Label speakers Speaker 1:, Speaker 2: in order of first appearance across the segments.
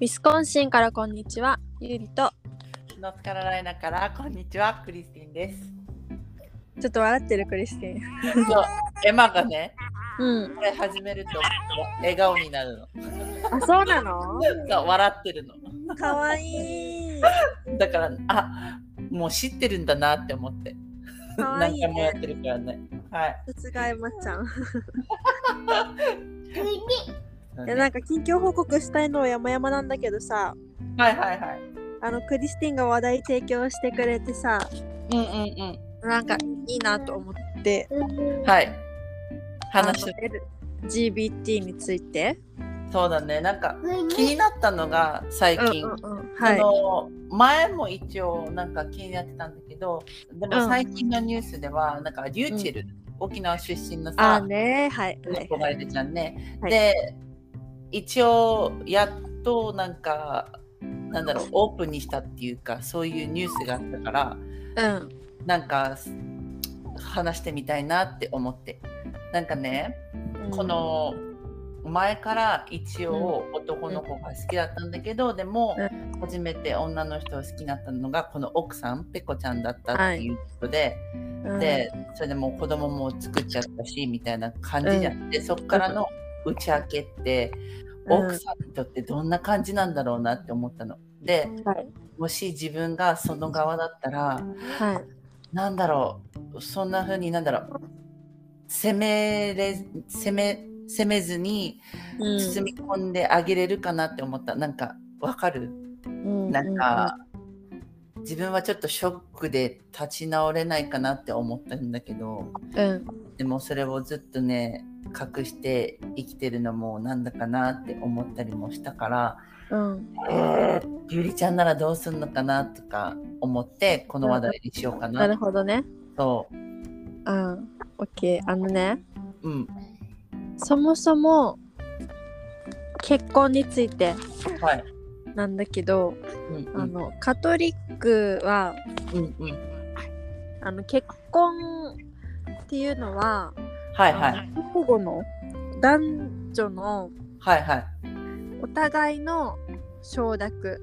Speaker 1: ウィスコンシンからこんにちは、ゆりと。
Speaker 2: ノースカロライナからこんにちはクリスティンです。
Speaker 1: ちょっと笑ってるクリスティン。
Speaker 2: そうエマがね
Speaker 1: うん。
Speaker 2: これ始めると笑顔になるの。
Speaker 1: あ、そうな の
Speaker 2: そう笑ってるの。
Speaker 1: かわいい。
Speaker 2: だからあもう知ってるんだなって思って
Speaker 1: かわい
Speaker 2: 何
Speaker 1: い
Speaker 2: 回もやっ
Speaker 1: ね。
Speaker 2: てるからね。はい。
Speaker 1: さすがエマちゃん。い
Speaker 2: そうね
Speaker 1: や、なんか近況報告したいのは山々なんだけどさ、
Speaker 2: はいはいはい。
Speaker 1: あの、クリスティンが話題提供してくれてさ、
Speaker 2: うんうん
Speaker 1: なんかいいなと思って、
Speaker 2: うん。はい。話して
Speaker 1: あの LGBT について。
Speaker 2: そうだねなんか気になったのが最近。
Speaker 1: うんうん。はい。
Speaker 2: その前も一応なんか気になってたんだけどでも最近のニュースではなんかリューチェル、沖縄出身の
Speaker 1: あ
Speaker 2: さ
Speaker 1: ーねはい。はい
Speaker 2: 憧れてちゃんね、
Speaker 1: はい
Speaker 2: で一応やっとなんかなんだろうオープンにしたっていうかそういうニュースがあったから
Speaker 1: うん。
Speaker 2: なんか話してみたいなって思ってなんかねこの前から一応男の子が好きだったんだけど、でも
Speaker 1: う
Speaker 2: 初めて女の人を好きになったのがこの奥さんペコちゃんだったっていうことで、
Speaker 1: うん、
Speaker 2: でそれでもう子供も作っちゃったしみたいな感じじゃん、でそっからの打ち明けって
Speaker 1: うん
Speaker 2: 奥さんにとってどんな感じなんだろうなって思ったの。で
Speaker 1: はい。
Speaker 2: もし自分がその側だったら
Speaker 1: はい。
Speaker 2: なんだろうそんな風になんだろう責めれ責め責めずに
Speaker 1: うん
Speaker 2: 包み込んであげれるかなって思った、なんかわかる
Speaker 1: う
Speaker 2: なんか、自分はちょっとショックで立ち直れないかなって思ったんだけど
Speaker 1: うん
Speaker 2: でもそれをずっとね隠して生きてるのもなんだかなって思ったりもしたから、
Speaker 1: うん
Speaker 2: えーゆりちゃんならどうすんのかなとか思ってこの話題にしようか
Speaker 1: な
Speaker 2: な
Speaker 1: るほどね
Speaker 2: と、
Speaker 1: うんオッケーあのね
Speaker 2: うん、
Speaker 1: そもそも結婚について
Speaker 2: はい、
Speaker 1: なんだけど、
Speaker 2: うんう
Speaker 1: あ
Speaker 2: ん
Speaker 1: のカトリックは
Speaker 2: うんうん、
Speaker 1: あの結婚っていうのは、
Speaker 2: はいはい
Speaker 1: あの保護の男女の
Speaker 2: はいはい、
Speaker 1: お互いの承諾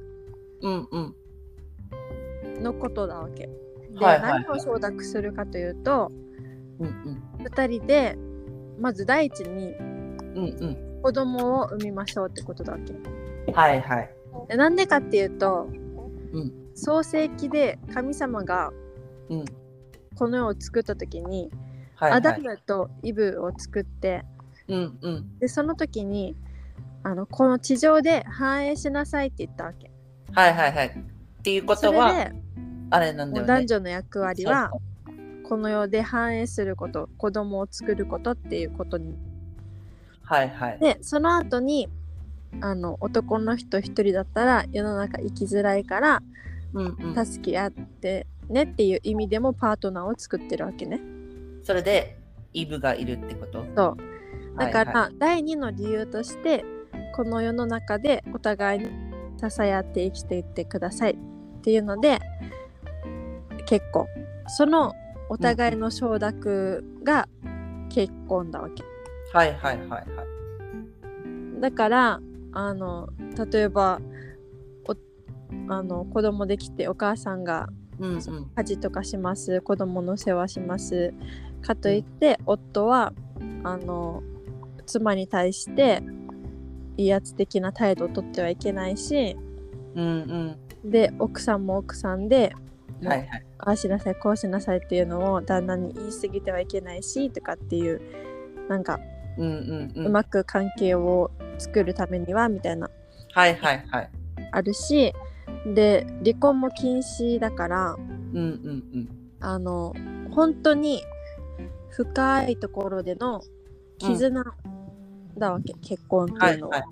Speaker 2: うんうん、
Speaker 1: のことなわけ。で、
Speaker 2: はいはい
Speaker 1: 何を承諾するかというと
Speaker 2: うんうん
Speaker 1: 2人でまず第一に
Speaker 2: うん
Speaker 1: 子供を産みましょうってことだわけ。
Speaker 2: うん、はいはい、
Speaker 1: でなんでかっていうと、
Speaker 2: うん
Speaker 1: 創世記で神様が
Speaker 2: うん、
Speaker 1: この世を作った時に、
Speaker 2: はいは
Speaker 1: ア
Speaker 2: い、
Speaker 1: ダムとイブを作って
Speaker 2: うんうん。
Speaker 1: でその時にあのこの地上で繁栄しなさいって言ったわけ。
Speaker 2: はいはいはい。っていうこと
Speaker 1: それ
Speaker 2: は、
Speaker 1: で
Speaker 2: あれなんだ
Speaker 1: も
Speaker 2: よ
Speaker 1: う
Speaker 2: ね。
Speaker 1: 男女の役割は
Speaker 2: そう
Speaker 1: この世で繁栄すること子供を作ることっていうことに。
Speaker 2: そうはいはい。
Speaker 1: でその後にあの男の人一人だったら世の中生きづらいから
Speaker 2: うんうん。
Speaker 1: 助け合ってねっていう意味でもパートナーを作ってるわけね。
Speaker 2: それで、イブがいるってこと
Speaker 1: そうだから、
Speaker 2: はいは
Speaker 1: 第2の理由としてこの世の中でお互いに支え合って生きていってくださいっていうので結婚そのお互いの承諾が結婚だわけ
Speaker 2: い、はいはいはいはい。
Speaker 1: だからあの例えばおあの子供できてお母さんが
Speaker 2: うんうん。
Speaker 1: 家事とかします子供の世話しますかといって、夫はあの妻に対して威圧的な態度をとってはいけないし
Speaker 2: うん
Speaker 1: で奥さんも奥さんで
Speaker 2: うん。はいはい。
Speaker 1: ああしなさいこうしなさいっていうのを旦那に言い過ぎてはいけないしとかっていうなんか
Speaker 2: うんうんうん。
Speaker 1: うまく関係を作るためにはみたいな
Speaker 2: はいはいはい。
Speaker 1: あるしで離婚も禁止だから
Speaker 2: うんうんうん。
Speaker 1: あの本当に深いところでの絆だわけ、結婚って
Speaker 2: は
Speaker 1: いう
Speaker 2: い
Speaker 1: のは、
Speaker 2: はい。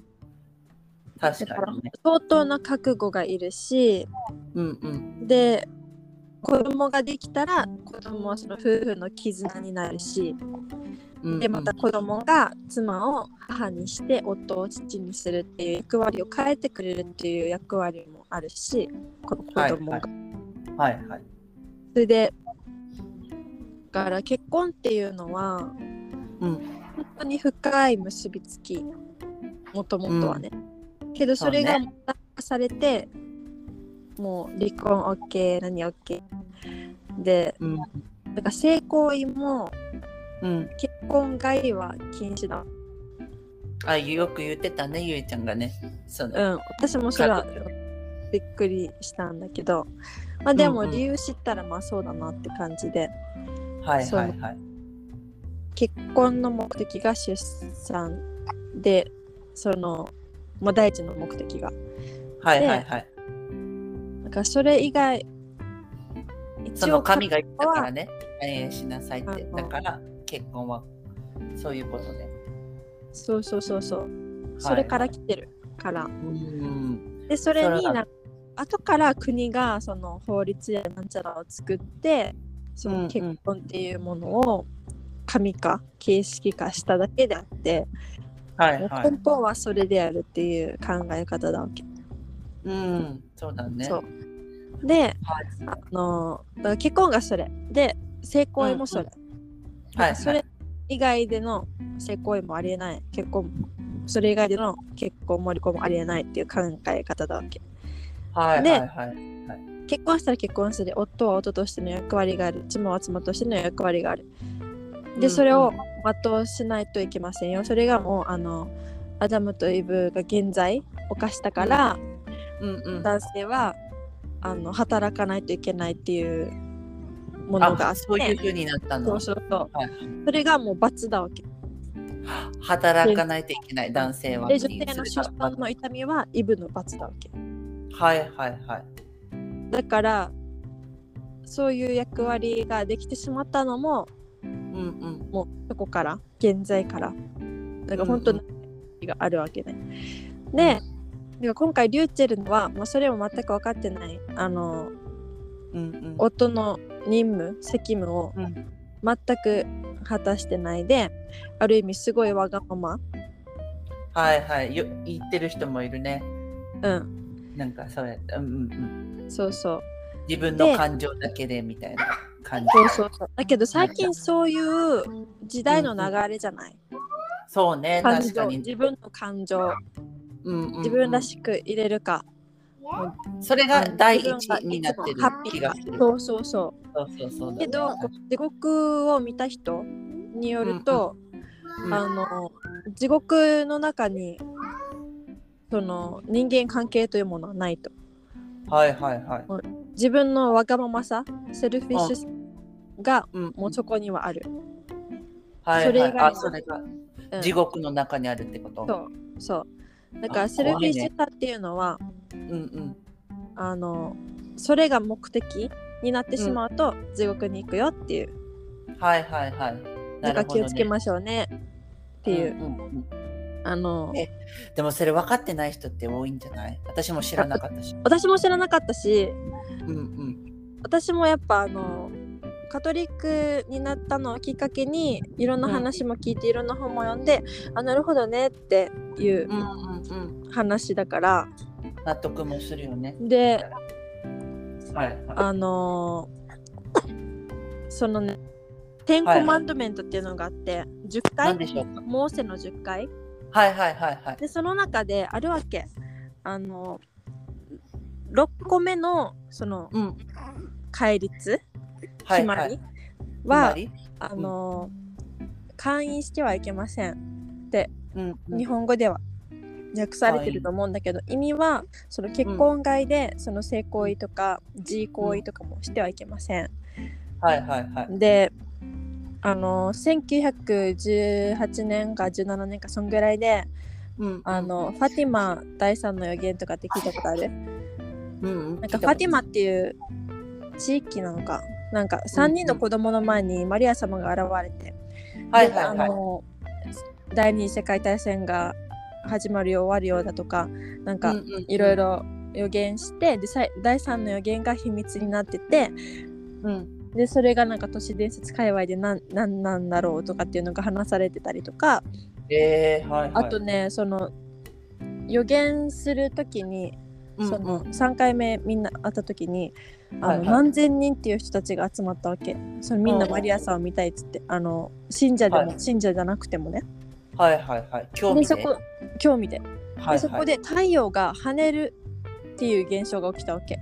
Speaker 2: 確
Speaker 1: だか
Speaker 2: からにね。
Speaker 1: 相当な覚悟がいるし
Speaker 2: うんうん。
Speaker 1: で子供ができたら子供はその夫婦の絆になるし
Speaker 2: うんうん
Speaker 1: でまた子供が妻を母にして夫を父にするっていう役割を変えてくれるっていう役割もあるしこの子供が、
Speaker 2: はいはいはい。
Speaker 1: それでだから結婚っていうのは
Speaker 2: うん
Speaker 1: 本当に深い結びつきもともとはね、けど
Speaker 2: そ
Speaker 1: そう
Speaker 2: ね
Speaker 1: れがもたされてもう離婚 OK 何 OK で
Speaker 2: うん
Speaker 1: なんか性行為も
Speaker 2: うん、
Speaker 1: 結婚外は禁止だ
Speaker 2: あよく言ってたねゆいちゃんがねその、
Speaker 1: うん私もそれは
Speaker 2: 家族
Speaker 1: びっくりしたんだけどまあで
Speaker 2: う
Speaker 1: も
Speaker 2: んうん
Speaker 1: 理由知ったらまあそうだなって感じで
Speaker 2: はい
Speaker 1: そう
Speaker 2: はいはい
Speaker 1: 結婚の目的が出産でその、まあ、第一の目的が
Speaker 2: はいはいはい
Speaker 1: なんかそれ以外一
Speaker 2: その
Speaker 1: 応
Speaker 2: 神が言ったからね退縁しなさいっ
Speaker 1: あ
Speaker 2: て
Speaker 1: の
Speaker 2: だから結婚はそういうことね
Speaker 1: そうそうそうそう、それから来てるから
Speaker 2: うん
Speaker 1: でそれに
Speaker 2: それは
Speaker 1: なんか後から国がその法律やなんちゃらを作ってそ
Speaker 2: うんう
Speaker 1: の
Speaker 2: ん
Speaker 1: 結婚っていうものを紙化形式化しただけであって、
Speaker 2: はいは
Speaker 1: 根
Speaker 2: い
Speaker 1: 本はそれであるっていう考え方だわけ、
Speaker 2: うんそうだね
Speaker 1: そうで
Speaker 2: はい
Speaker 1: あのだから結婚がそれで性行為もそれ、
Speaker 2: は
Speaker 1: ないんかそれ以外での性行為もありえない結婚それ以外での結婚も離婚もありえないっていう考え方だわけ
Speaker 2: はい
Speaker 1: で
Speaker 2: はいはい
Speaker 1: 結婚したら結婚する夫は夫としての役割がある妻は妻としての役割がある
Speaker 2: うんう
Speaker 1: で
Speaker 2: ん
Speaker 1: それを全うしないといけませんよそれがもうあのアダムとイブが現在犯したから
Speaker 2: うんうん
Speaker 1: 男性はあの働かないといけないっていうものがあ
Speaker 2: あ
Speaker 1: って
Speaker 2: そういう風になった
Speaker 1: そ
Speaker 2: の
Speaker 1: うそうそう
Speaker 2: はい
Speaker 1: それがもう罰だわけ
Speaker 2: 働かないといけない男性は
Speaker 1: で女性の出産の
Speaker 2: はい
Speaker 1: 痛みはイブの罰だわけ
Speaker 2: はいはい
Speaker 1: だからそういう役割ができてしまったのも
Speaker 2: うんうん
Speaker 1: もうそこから現在からなんか本当にがあるわけね。ででも今回リューチェルは、まあ、それも全く分かってないあの
Speaker 2: うんうん
Speaker 1: 夫の任務責務を
Speaker 2: うん
Speaker 1: 全く果たしてないで、ある意味すごいわがまま、
Speaker 2: はいはいよ言ってる人もいるね
Speaker 1: うん、
Speaker 2: なんかそうやってうんうんうん
Speaker 1: そうそう
Speaker 2: 自分の感情だけでみたいな感じ
Speaker 1: そうそうそうだけど最近そういう時代の流れじゃない、
Speaker 2: そうね
Speaker 1: 感
Speaker 2: 確
Speaker 1: 情
Speaker 2: かに
Speaker 1: 自分の感情
Speaker 2: うんうんうん
Speaker 1: 自分らしく入れるか、
Speaker 2: それ
Speaker 1: あ
Speaker 2: が
Speaker 1: の
Speaker 2: 第一
Speaker 1: 自分が
Speaker 2: になって
Speaker 1: い
Speaker 2: る
Speaker 1: つもハッピ
Speaker 2: 気
Speaker 1: ー
Speaker 2: がする
Speaker 1: そうそうそう
Speaker 2: そうそうそうだ
Speaker 1: けど
Speaker 2: はい
Speaker 1: 地獄を見た人によると、
Speaker 2: うん
Speaker 1: あの地獄の中にその人間関係というものはないと
Speaker 2: はいはいはい
Speaker 1: 自分のわがままさセルフィッシュさが
Speaker 2: うん
Speaker 1: もうそこにはある、
Speaker 2: はい
Speaker 1: それ
Speaker 2: は
Speaker 1: 以
Speaker 2: い
Speaker 1: 外は
Speaker 2: あそれが
Speaker 1: うん
Speaker 2: 地獄の中にあるってこと
Speaker 1: そうそうだから
Speaker 2: あ
Speaker 1: セルフィッシュさっていうのは、
Speaker 2: うんうん
Speaker 1: あのそれが目的になってしまうと地獄に行くよっていう、
Speaker 2: はいはいはい
Speaker 1: なんか気をつけ
Speaker 2: っ
Speaker 1: ましょうねっていう、あの
Speaker 2: えでもそれ分かってない人って多いんじゃない私も知らなかったし
Speaker 1: 私も知らなかったし
Speaker 2: うんうん
Speaker 1: 私もやっぱあのカトリックになったのをきっかけにいろんな話も聞いて、いろんな本も読んであなるほどねっていう
Speaker 2: うんうんうん
Speaker 1: 話だから
Speaker 2: 納得もするよね
Speaker 1: で
Speaker 2: はいはい
Speaker 1: あのーそのね10コマンドメントっていうのがあって、10回
Speaker 2: 何でしょうか
Speaker 1: モーセの10回
Speaker 2: はいはいはいはい
Speaker 1: でその中であるわけあの6個目のその
Speaker 2: うん
Speaker 1: 戒律
Speaker 2: は
Speaker 1: 決
Speaker 2: い
Speaker 1: ま
Speaker 2: はい
Speaker 1: り
Speaker 2: 決
Speaker 1: は、
Speaker 2: まり
Speaker 1: あの会員してはいけません
Speaker 2: うんうん
Speaker 1: 日本語では訳されてると思うんだけど、意味はその結婚外でその性行為とか自行為とかもしてはいけません、
Speaker 2: はいはいはい
Speaker 1: であの1918年か17年かそんぐらいで
Speaker 2: うん
Speaker 1: あのファティマ第三の予言とかって聞いたことある
Speaker 2: うん
Speaker 1: なんかファティマっていう地域なのかなんか3人の子供の前にマリア様が現れて、
Speaker 2: はいはい
Speaker 1: であ
Speaker 2: はい
Speaker 1: の第二次世界大戦が始まるよ終わるよだとかなんかいろいろ予言して、でさい第三の予言が秘密になってて
Speaker 2: うん
Speaker 1: でそれがなんか都市伝説界隈でなんなんなんだろうとかっていうのが話されてたりとか
Speaker 2: えーはいはい
Speaker 1: あとねその予言する時に、
Speaker 2: うん
Speaker 1: そ
Speaker 2: うん
Speaker 1: の3回目みんな会った時にあ
Speaker 2: はい
Speaker 1: の
Speaker 2: はい
Speaker 1: 何千人っていう人たちが集まったわけそのみんなマリアさんを見たいっつってあの信者でも、
Speaker 2: はい
Speaker 1: 信者じゃなくてもね
Speaker 2: はいはいはい興
Speaker 1: で
Speaker 2: 味
Speaker 1: そ
Speaker 2: で
Speaker 1: こ興味で
Speaker 2: はいはい、
Speaker 1: でそこで太陽が跳ねるっていう現象が起きたわけ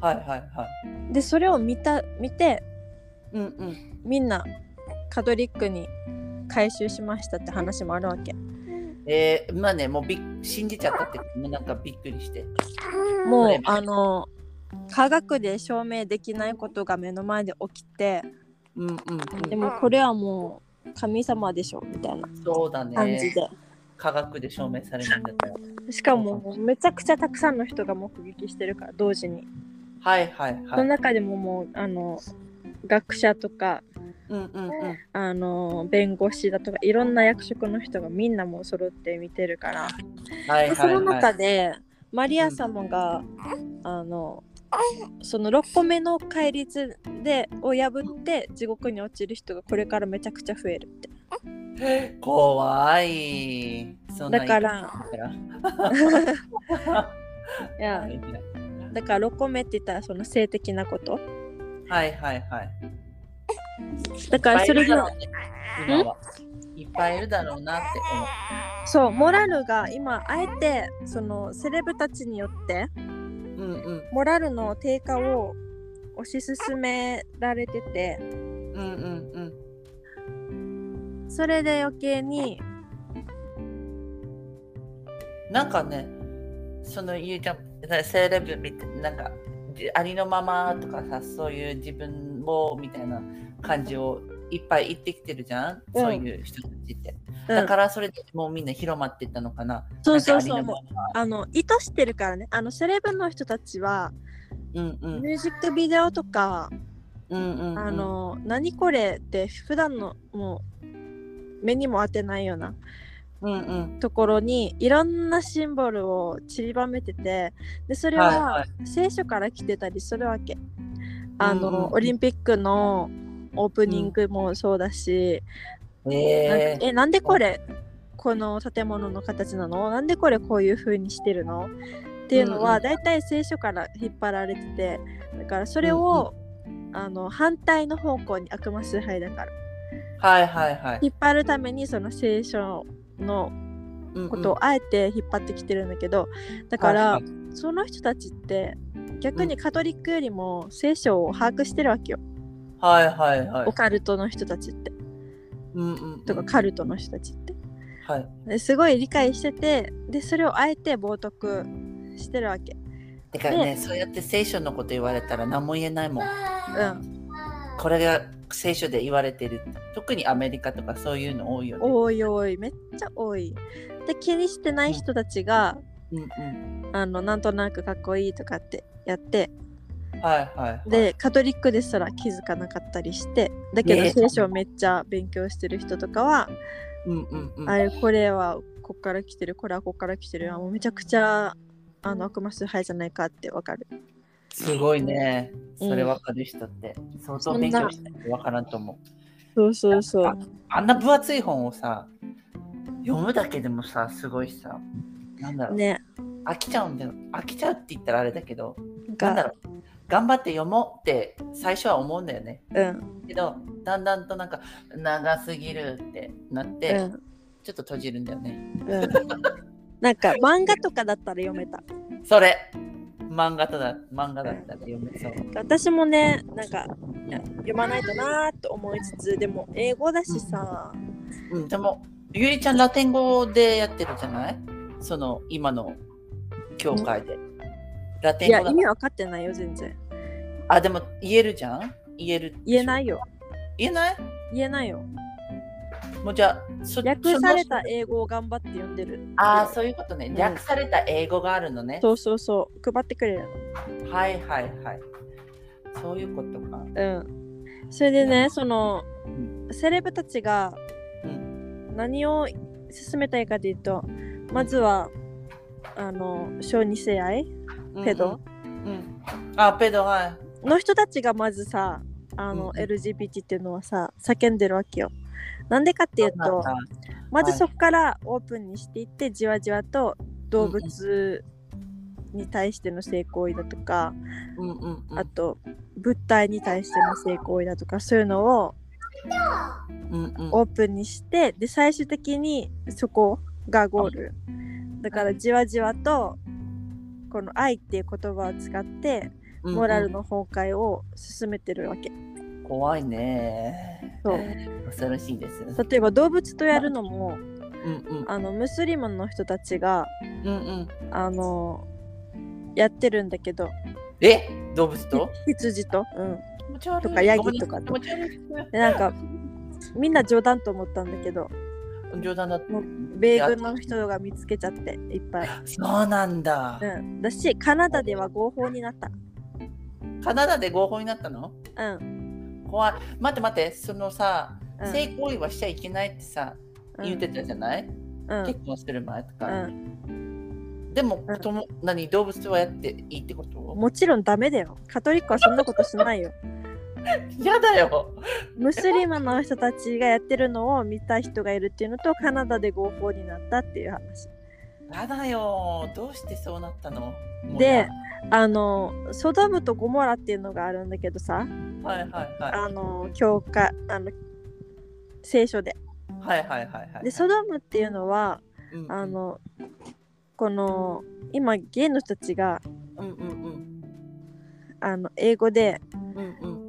Speaker 2: はいはいはい
Speaker 1: でそれを見た見て
Speaker 2: うんうん
Speaker 1: みんなカトリックに回収しましたって話もあるわけ
Speaker 2: えー、まあねもうびっ信じちゃったってもうなんかびっくりして
Speaker 1: も
Speaker 2: そうれ
Speaker 1: あの科学で証明できないことが目の前で起きて
Speaker 2: うんうん、うん、
Speaker 1: でもこれはもう神様でしょみたいな
Speaker 2: そうだ
Speaker 1: 感じ
Speaker 2: ね
Speaker 1: で、
Speaker 2: 科学で証明されるんだから
Speaker 1: しかももうめちゃくちゃたくさんの人が目撃してるから同時に、
Speaker 2: はいはい
Speaker 1: そ
Speaker 2: は
Speaker 1: の
Speaker 2: い
Speaker 1: 中でももうあの学者とか
Speaker 2: うんうんうん
Speaker 1: あの弁護士だとかいろんな役職の人がみんなもう揃って見てるから、
Speaker 2: は
Speaker 1: で
Speaker 2: いは
Speaker 1: そ
Speaker 2: い
Speaker 1: の
Speaker 2: は
Speaker 1: 中
Speaker 2: い
Speaker 1: でマリア様が、あのその6個目の戒律でを破って地獄に落ちる人がこれからめちゃくちゃ増えるって
Speaker 2: 怖いそんな
Speaker 1: だからいや
Speaker 2: 言い方したら
Speaker 1: だから6個目って言ったらその性的なこと
Speaker 2: はいはいはい
Speaker 1: だからそれが
Speaker 2: 今はいっぱいいるだろうなって思う
Speaker 1: そうモラルが今あえてそのセレブたちによって
Speaker 2: うんうん
Speaker 1: モラルの低下を推し進められてて
Speaker 2: うんうんうん
Speaker 1: それで余計に
Speaker 2: なんかねそのゆうちゃんだからセレブみたいなんかじありのままとかさそういう自分をみたいな感じをいっぱい言ってきてるじゃん、
Speaker 1: うん
Speaker 2: そういう人たちっ
Speaker 1: う
Speaker 2: て、
Speaker 1: ん
Speaker 2: だからそれでもうみんな広まっていったのかな
Speaker 1: そうそうそう
Speaker 2: なんかありのまま
Speaker 1: あの意図してるからねあのセレブの人たちは
Speaker 2: うんうん
Speaker 1: ミュージックビデオとか、
Speaker 2: うんうんうん
Speaker 1: あの何これって普段のもう目にも当てないような
Speaker 2: うんうん
Speaker 1: ところにいろんなシンボルを散りばめててでそれ
Speaker 2: はいは
Speaker 1: は聖書から来てたりするわけ。あの
Speaker 2: うんうん
Speaker 1: オリンピックのオープニングもそうだし、なん
Speaker 2: え
Speaker 1: えなんでこれこの建物の形なのなんでこれこういう風にしてるのっていうの
Speaker 2: うん
Speaker 1: は
Speaker 2: うん
Speaker 1: だいたい聖書から引っ張られててだからそれを、あの反対の方向に悪魔崇拝だから
Speaker 2: ー、はいはいはい
Speaker 1: 引っ張るためにその聖書のことをあえて引っ張ってきてるんだけどだから、
Speaker 2: はい
Speaker 1: その人たちって逆にカトリックよりも聖書を把握してるわけよ、
Speaker 2: はいはいはい
Speaker 1: オカルトの人たちって
Speaker 2: うんうんうん
Speaker 1: とかカルトの人たちって。
Speaker 2: はい
Speaker 1: ですごい理解しててでそれをあえて冒涜してるわけ、
Speaker 2: だからねそうやって聖書のこと言われたら何も言えないもん
Speaker 1: うん、
Speaker 2: これが聖書で言われてる特にアメリカとかそういうの多いよね。
Speaker 1: 多い多いめっちゃ多いで気にしてない人たちが、
Speaker 2: うんうん、
Speaker 1: あのなんとなくかっこいいとかってやって
Speaker 2: はいはい、はい。
Speaker 1: でカトリックですら気づかなかったりしてだけ
Speaker 2: ね
Speaker 1: ど
Speaker 2: え
Speaker 1: 聖書をめっちゃ勉強してる人とかは、
Speaker 2: うんうんうん、
Speaker 1: あれこれはこっから来てるこれはこっから来てるあもうめちゃくちゃあの悪魔崇拝じゃないかってわかる
Speaker 2: すごいね。それ分かる人って、相当勉強しないと分からんと思う。
Speaker 1: そうそうそう
Speaker 2: ああんな分厚い本をさ読むだけでもさすごいしさなんだろう、
Speaker 1: ね
Speaker 2: 飽きちゃうんだよ飽きちゃうって言ったらあれだけど
Speaker 1: なん
Speaker 2: なんだ
Speaker 1: か
Speaker 2: ろう頑張って読もうって最初は思うんだよね。
Speaker 1: うん
Speaker 2: けどだんだんとなんか長すぎるってなって、
Speaker 1: うん
Speaker 2: ちょっと閉じるんだよね。
Speaker 1: うん なんか漫画とかだったら読めた。
Speaker 2: それ漫画とだ漫画だったら読めそう。
Speaker 1: 私もね、なんかいや読まないとなーと思いつつ、でも英語だしさ、
Speaker 2: うん、でもゆりちゃんラテン語でやってるじゃないその今の教会で。ラテ
Speaker 1: いや
Speaker 2: ン語
Speaker 1: 意
Speaker 2: だ
Speaker 1: 味分かってないよ全然。
Speaker 2: あでも言えるじゃん言える
Speaker 1: 言えないいよ、
Speaker 2: 言えない
Speaker 1: 言えないよ。
Speaker 2: もうじゃあそ
Speaker 1: 訳された
Speaker 2: その
Speaker 1: 英語を頑張って読んでる。
Speaker 2: ああそういうことね
Speaker 1: ん
Speaker 2: 略された英語があるのね、
Speaker 1: そうそうそう、配ってくれる
Speaker 2: はいはいはいそういうことか
Speaker 1: の。うん。それでね、その
Speaker 2: ん
Speaker 1: セレブたちが
Speaker 2: う
Speaker 1: 何を進めたいかというと、まずはあの小児性愛ペド、
Speaker 2: うんうん、あペドはい
Speaker 1: の人たちがまずさあの、
Speaker 2: うん
Speaker 1: LGBT っていうのはさ叫んでるわけよ。なんでかっていう
Speaker 2: そう
Speaker 1: と
Speaker 2: なんだ
Speaker 1: まずそこからオープンにしていってじわじわと動物に対しての性行為だとか、
Speaker 2: うんうんうん
Speaker 1: あと物体に対しての性行為だとかそういうのを
Speaker 2: うんうん
Speaker 1: オープンにしてで最終的にそこがゴール。だからじわじわとこの愛っていう言葉を使って
Speaker 2: うんうん
Speaker 1: モラルの崩壊を進めてるわけ。
Speaker 2: 怖いね
Speaker 1: そう
Speaker 2: 恐ろしいです
Speaker 1: 例えば動物とやるのも
Speaker 2: うんうん
Speaker 1: あのムスリムの人たちが
Speaker 2: うんうん
Speaker 1: あのやってるんだけど
Speaker 2: え動物 と
Speaker 1: 羊と、うん、
Speaker 2: 気持ち悪い
Speaker 1: とかヤギとかと
Speaker 2: 気持ち悪い
Speaker 1: でなんかみんな冗談と思ったんだけど
Speaker 2: 冗談だって
Speaker 1: も米軍の人が見つけちゃっていっぱい、
Speaker 2: そうなんだ、
Speaker 1: うん、だしカナダでは合法になっ
Speaker 2: カナダで合法になったの
Speaker 1: たうん、
Speaker 2: 怖い待って待ってそのさ、
Speaker 1: うん、
Speaker 2: 性行為はしちゃいけないってさ言ってたじゃない、
Speaker 1: うん、うん
Speaker 2: 結婚する前と
Speaker 1: う
Speaker 2: か、
Speaker 1: ん
Speaker 2: でも子供、何動物とはやっていいってこと
Speaker 1: もちろんダメだよカトリックはそんなことしないよ
Speaker 2: 嫌だよ
Speaker 1: ムスリムの人たちがやってるのを見た人がいるっていうのとカナダで合法になったっていう話
Speaker 2: 嫌だよどうしてそうなったのもう
Speaker 1: であのソダムとゴモラっていうのがあるんだけどさ
Speaker 2: はいはいはい
Speaker 1: あの教科あの聖書で
Speaker 2: はいはいはいはい
Speaker 1: でソダムっていうのは
Speaker 2: うんうん
Speaker 1: あのこの今ゲイの人たちが
Speaker 2: うんうん
Speaker 1: あの英語で
Speaker 2: うんうんうん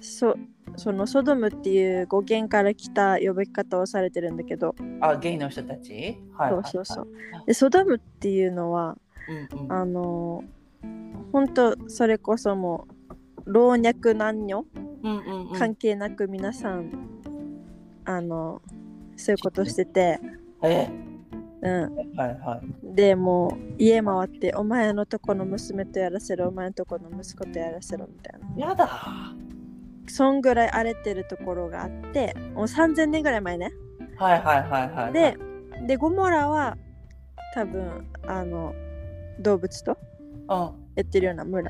Speaker 1: そそのソドムっていう語源から来た呼び方をされてるんだけど、
Speaker 2: あゲイの人たちはいはいはい
Speaker 1: そうそうそうでソドムっていうのは
Speaker 2: うんうん
Speaker 1: あの本当それこそもう老若男女
Speaker 2: うんうんうん
Speaker 1: 関係なく皆さん、あのそういうことしてて、
Speaker 2: え
Speaker 1: うん、
Speaker 2: はいはい
Speaker 1: でもう家回ってお前のとこの娘とやらせろお前のとこの息子とやらせろみたいな
Speaker 2: やだ
Speaker 1: そんぐらい荒れてるところがあってもう3000年ぐらい前ね
Speaker 2: はいはいはいはい
Speaker 1: ででゴモラは多分あの動物と
Speaker 2: うん
Speaker 1: やってるような村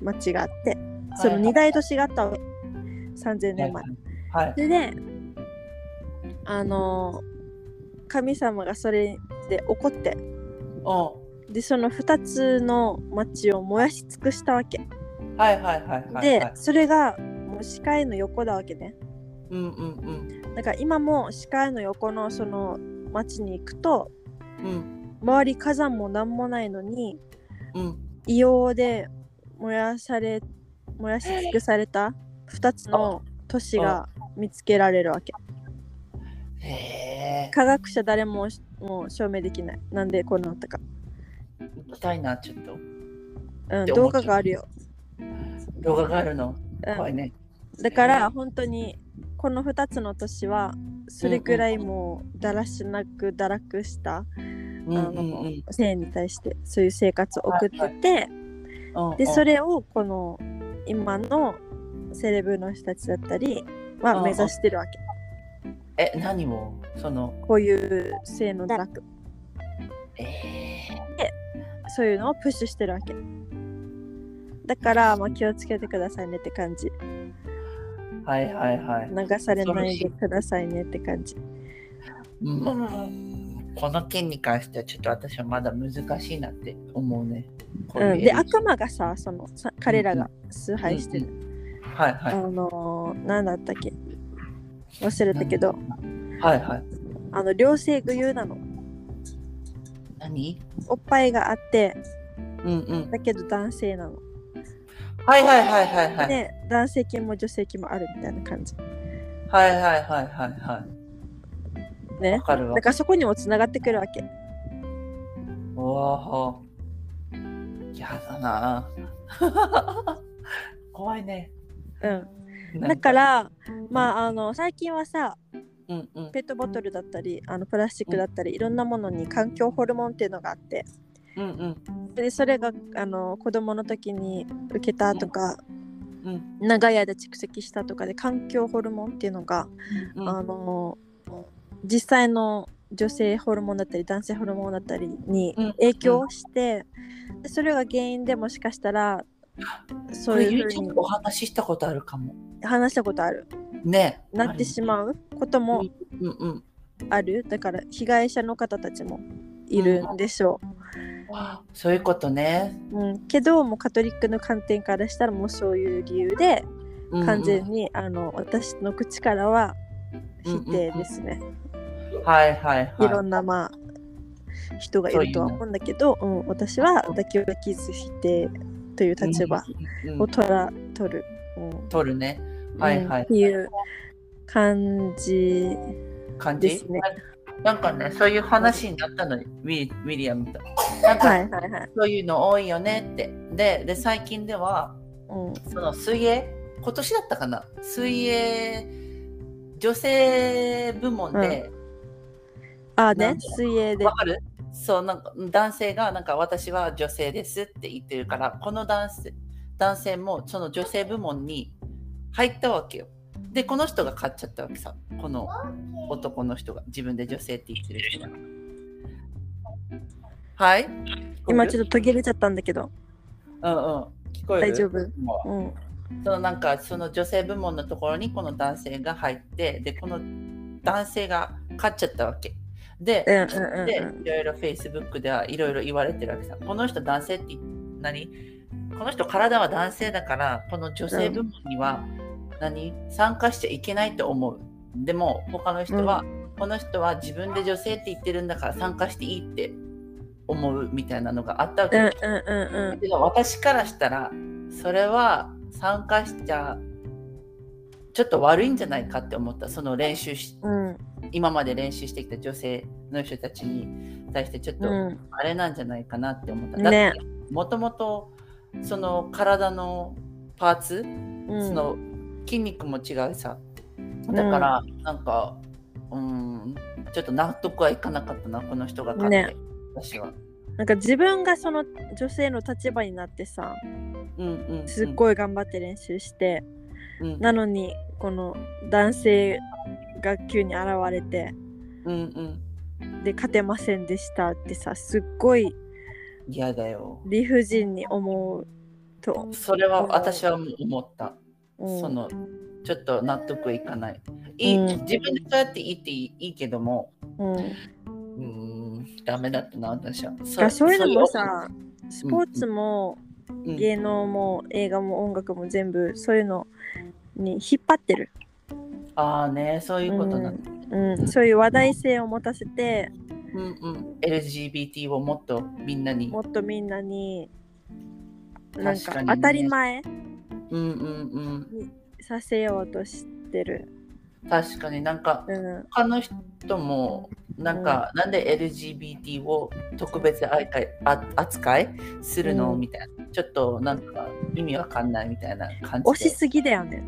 Speaker 1: 町があってそ
Speaker 2: は
Speaker 1: の
Speaker 2: いは
Speaker 1: 二
Speaker 2: い
Speaker 1: 大都市があったわけ3000年前
Speaker 2: はい
Speaker 1: それであの神様がそれで怒って
Speaker 2: う
Speaker 1: でその2つの町を燃やし尽くしたわけ
Speaker 2: んはいはいはいはいは
Speaker 1: で
Speaker 2: い
Speaker 1: それがもう視界の横だわけね
Speaker 2: うんうん
Speaker 1: だから今も視界の横のその町に行くと
Speaker 2: うんうん
Speaker 1: 周り火山も何もないのに
Speaker 2: うん
Speaker 1: 硫黄で燃やされ燃やし尽くされた2つの都市が見つけられるわけ
Speaker 2: へえ
Speaker 1: 科学者誰ももう証明できないなんでこうなったか、
Speaker 2: 行きたいなちょっと
Speaker 1: うん、
Speaker 2: って思
Speaker 1: 動
Speaker 2: っちゃ
Speaker 1: 画
Speaker 2: う
Speaker 1: があるよ、
Speaker 2: 動画があるの
Speaker 1: うん
Speaker 2: 怖いね
Speaker 1: だから本当にこの2つの都市はそれぐらいもうだらしなく堕落した
Speaker 2: うん
Speaker 1: あ
Speaker 2: うんう
Speaker 1: の
Speaker 2: ん
Speaker 1: 性に対してそういう生活を送って
Speaker 2: はい
Speaker 1: て
Speaker 2: うん
Speaker 1: でそ
Speaker 2: れ
Speaker 1: れをこの今のセレブの人たちだったり
Speaker 2: うんう
Speaker 1: は
Speaker 2: ん
Speaker 1: 目指してるわけ
Speaker 2: え何をその
Speaker 1: こういう性の堕落
Speaker 2: ええ
Speaker 1: そういうのをプッシュしてるわけだからまあ気をつけてくださいねって感じ
Speaker 2: はいはいはい
Speaker 1: 流されないでくださいねって感じ
Speaker 2: うんこの件に関してはちょっと私はまだ難しいなって思うねこう
Speaker 1: う
Speaker 2: いうん
Speaker 1: で悪魔がさそのさ彼らが崇拝してる
Speaker 2: はいは
Speaker 1: あ
Speaker 2: い
Speaker 1: のー何だったっけ忘れたけど
Speaker 2: はいはい
Speaker 1: あの両性具有なの
Speaker 2: 何
Speaker 1: おっぱいがあって
Speaker 2: うんうん
Speaker 1: だけど男性なの。
Speaker 2: はいはいはいはいはい
Speaker 1: で、男性系も女性系もあるみたいな感じ。
Speaker 2: はいはいはいはいは
Speaker 1: ね
Speaker 2: い。わ。かるわ
Speaker 1: だ。からそこにもつながってくるわけ。
Speaker 2: おお。やだな。 怖いね。
Speaker 1: うん。
Speaker 2: な
Speaker 1: だ
Speaker 2: ん
Speaker 1: から、まあ、あの、最近はさ、
Speaker 2: うんうん
Speaker 1: ペットボトルだったり、あのプラスチックだったり、いろんなものに環境ホルモンっていうのがあって、
Speaker 2: うんうん
Speaker 1: で、それが、あの、子供の時に受けたとか、
Speaker 2: うん
Speaker 1: 長い間蓄積したとかで、環境ホルモンっていうのが、
Speaker 2: うん
Speaker 1: あの実際の女性ホルモンだったり男性ホルモンだったりに
Speaker 2: うん
Speaker 1: 影響して、それが原因でもしかしたら
Speaker 2: こ
Speaker 1: そう
Speaker 2: れ
Speaker 1: いうふう
Speaker 2: YouTube
Speaker 1: に
Speaker 2: お話ししたことあるかも。
Speaker 1: 話したことある
Speaker 2: ね。
Speaker 1: なってしまうことも
Speaker 2: うんうん。
Speaker 1: あるだから被害者の方たちもいるんでしょ
Speaker 2: そういうことね。
Speaker 1: う、うんけどもうカトリックの観点からしたらもうそういう理由で
Speaker 2: うんうん
Speaker 1: 完全に、あの私の口からは否定ですね、
Speaker 2: はいはいはい。
Speaker 1: いろんなまあ人がいるとは思うんだけどう、ん、私は妥協できず否定という立場
Speaker 2: うん
Speaker 1: を取ら取る、うん
Speaker 2: 取るね。はいはい
Speaker 1: うんっていう感じ
Speaker 2: 感
Speaker 1: で
Speaker 2: じ
Speaker 1: すね
Speaker 2: なんかね、そういう話になったのに、ウィウィリアムと。なんか、
Speaker 1: はいはいはい、
Speaker 2: そういうの多いよねって。で、で最近では、
Speaker 1: うん、
Speaker 2: その水泳、今年だったかな、水泳女性部門で、
Speaker 1: ああね
Speaker 2: なんだろう
Speaker 1: 水泳で
Speaker 2: わかるそうなんか男性がなんか私は女性ですって言ってるからこの男性男性もその女性部門に入ったわけよでこの人が買っちゃったわけさこの男の人が自分で女性って言ってる人がはい
Speaker 1: 今ち
Speaker 2: ょっ
Speaker 1: ょっと途切れちゃったんだけど
Speaker 2: とうんうん聞こえる
Speaker 1: 大丈夫、
Speaker 2: もう
Speaker 1: うん、
Speaker 2: そのなんかその女性部門のところにこの男性が入ってでこの男性が勝っちゃったわけで,、
Speaker 1: うんうんうんうん
Speaker 2: でいろいろ Facebook ではいろいろ言われてるわけさこの人男性って何この人体は男性だからこの女性部門には何参加しちゃいけないと思うでも他の人は、この人は自分で女性って言ってるんだから参加していいって思うみたいなのがあったわけ、
Speaker 1: うんうんうん
Speaker 2: だけど私からしたらそれは参加しちゃちょっと悪いんじゃないかって思ったその練習し
Speaker 1: うん
Speaker 2: 今まで練習してきた女性の人たちに対してちょっと
Speaker 1: うん
Speaker 2: あれなんじゃないかなって思った、だ
Speaker 1: ね
Speaker 2: ってもともとその体のパーツ、
Speaker 1: うん
Speaker 2: その筋肉も違うさだからなんかうんちょっと納得はいかなかったなこの人が勝って、
Speaker 1: ね
Speaker 2: 私は。
Speaker 1: なんか自分がその女性の立場になってさ
Speaker 2: うんうんうん、
Speaker 1: すっごい頑張って練習して、
Speaker 2: うん
Speaker 1: なのにこの男性が急に現れて
Speaker 2: うんうん
Speaker 1: で勝てませんでしたってさすっごい
Speaker 2: 嫌だよ。
Speaker 1: 理不尽に思うと、
Speaker 2: それは私はもう思った。
Speaker 1: うん
Speaker 2: そのちょっと納得いかない。いい
Speaker 1: うん
Speaker 2: 自分でそうやって言っていいいいけども、
Speaker 1: うん、
Speaker 2: うーん、ダメだったな、私は。
Speaker 1: だからそういうのもさ
Speaker 2: そ
Speaker 1: スポーツも
Speaker 2: ういう、
Speaker 1: 芸能も映画も音楽も全部そういうのに引っ張ってる、
Speaker 2: うんああね、そういうことなんだ。
Speaker 1: うん、そういう話題性を持たせて
Speaker 2: うんうん。LGBT をもっとみんなに。
Speaker 1: もっとみんなになん
Speaker 2: 確
Speaker 1: か
Speaker 2: かにね
Speaker 1: 当たり前
Speaker 2: うんうん
Speaker 1: させようとしてる、
Speaker 2: うん。確かになんか、
Speaker 1: うん、
Speaker 2: 他の人も、なんか、なんで LGBT を特別あいかいあ扱いするの、
Speaker 1: うん
Speaker 2: みたいな。ちょっとなんか意味わかんないみたいな感
Speaker 1: 押
Speaker 2: じ
Speaker 1: し
Speaker 2: で。
Speaker 1: すぎだよね、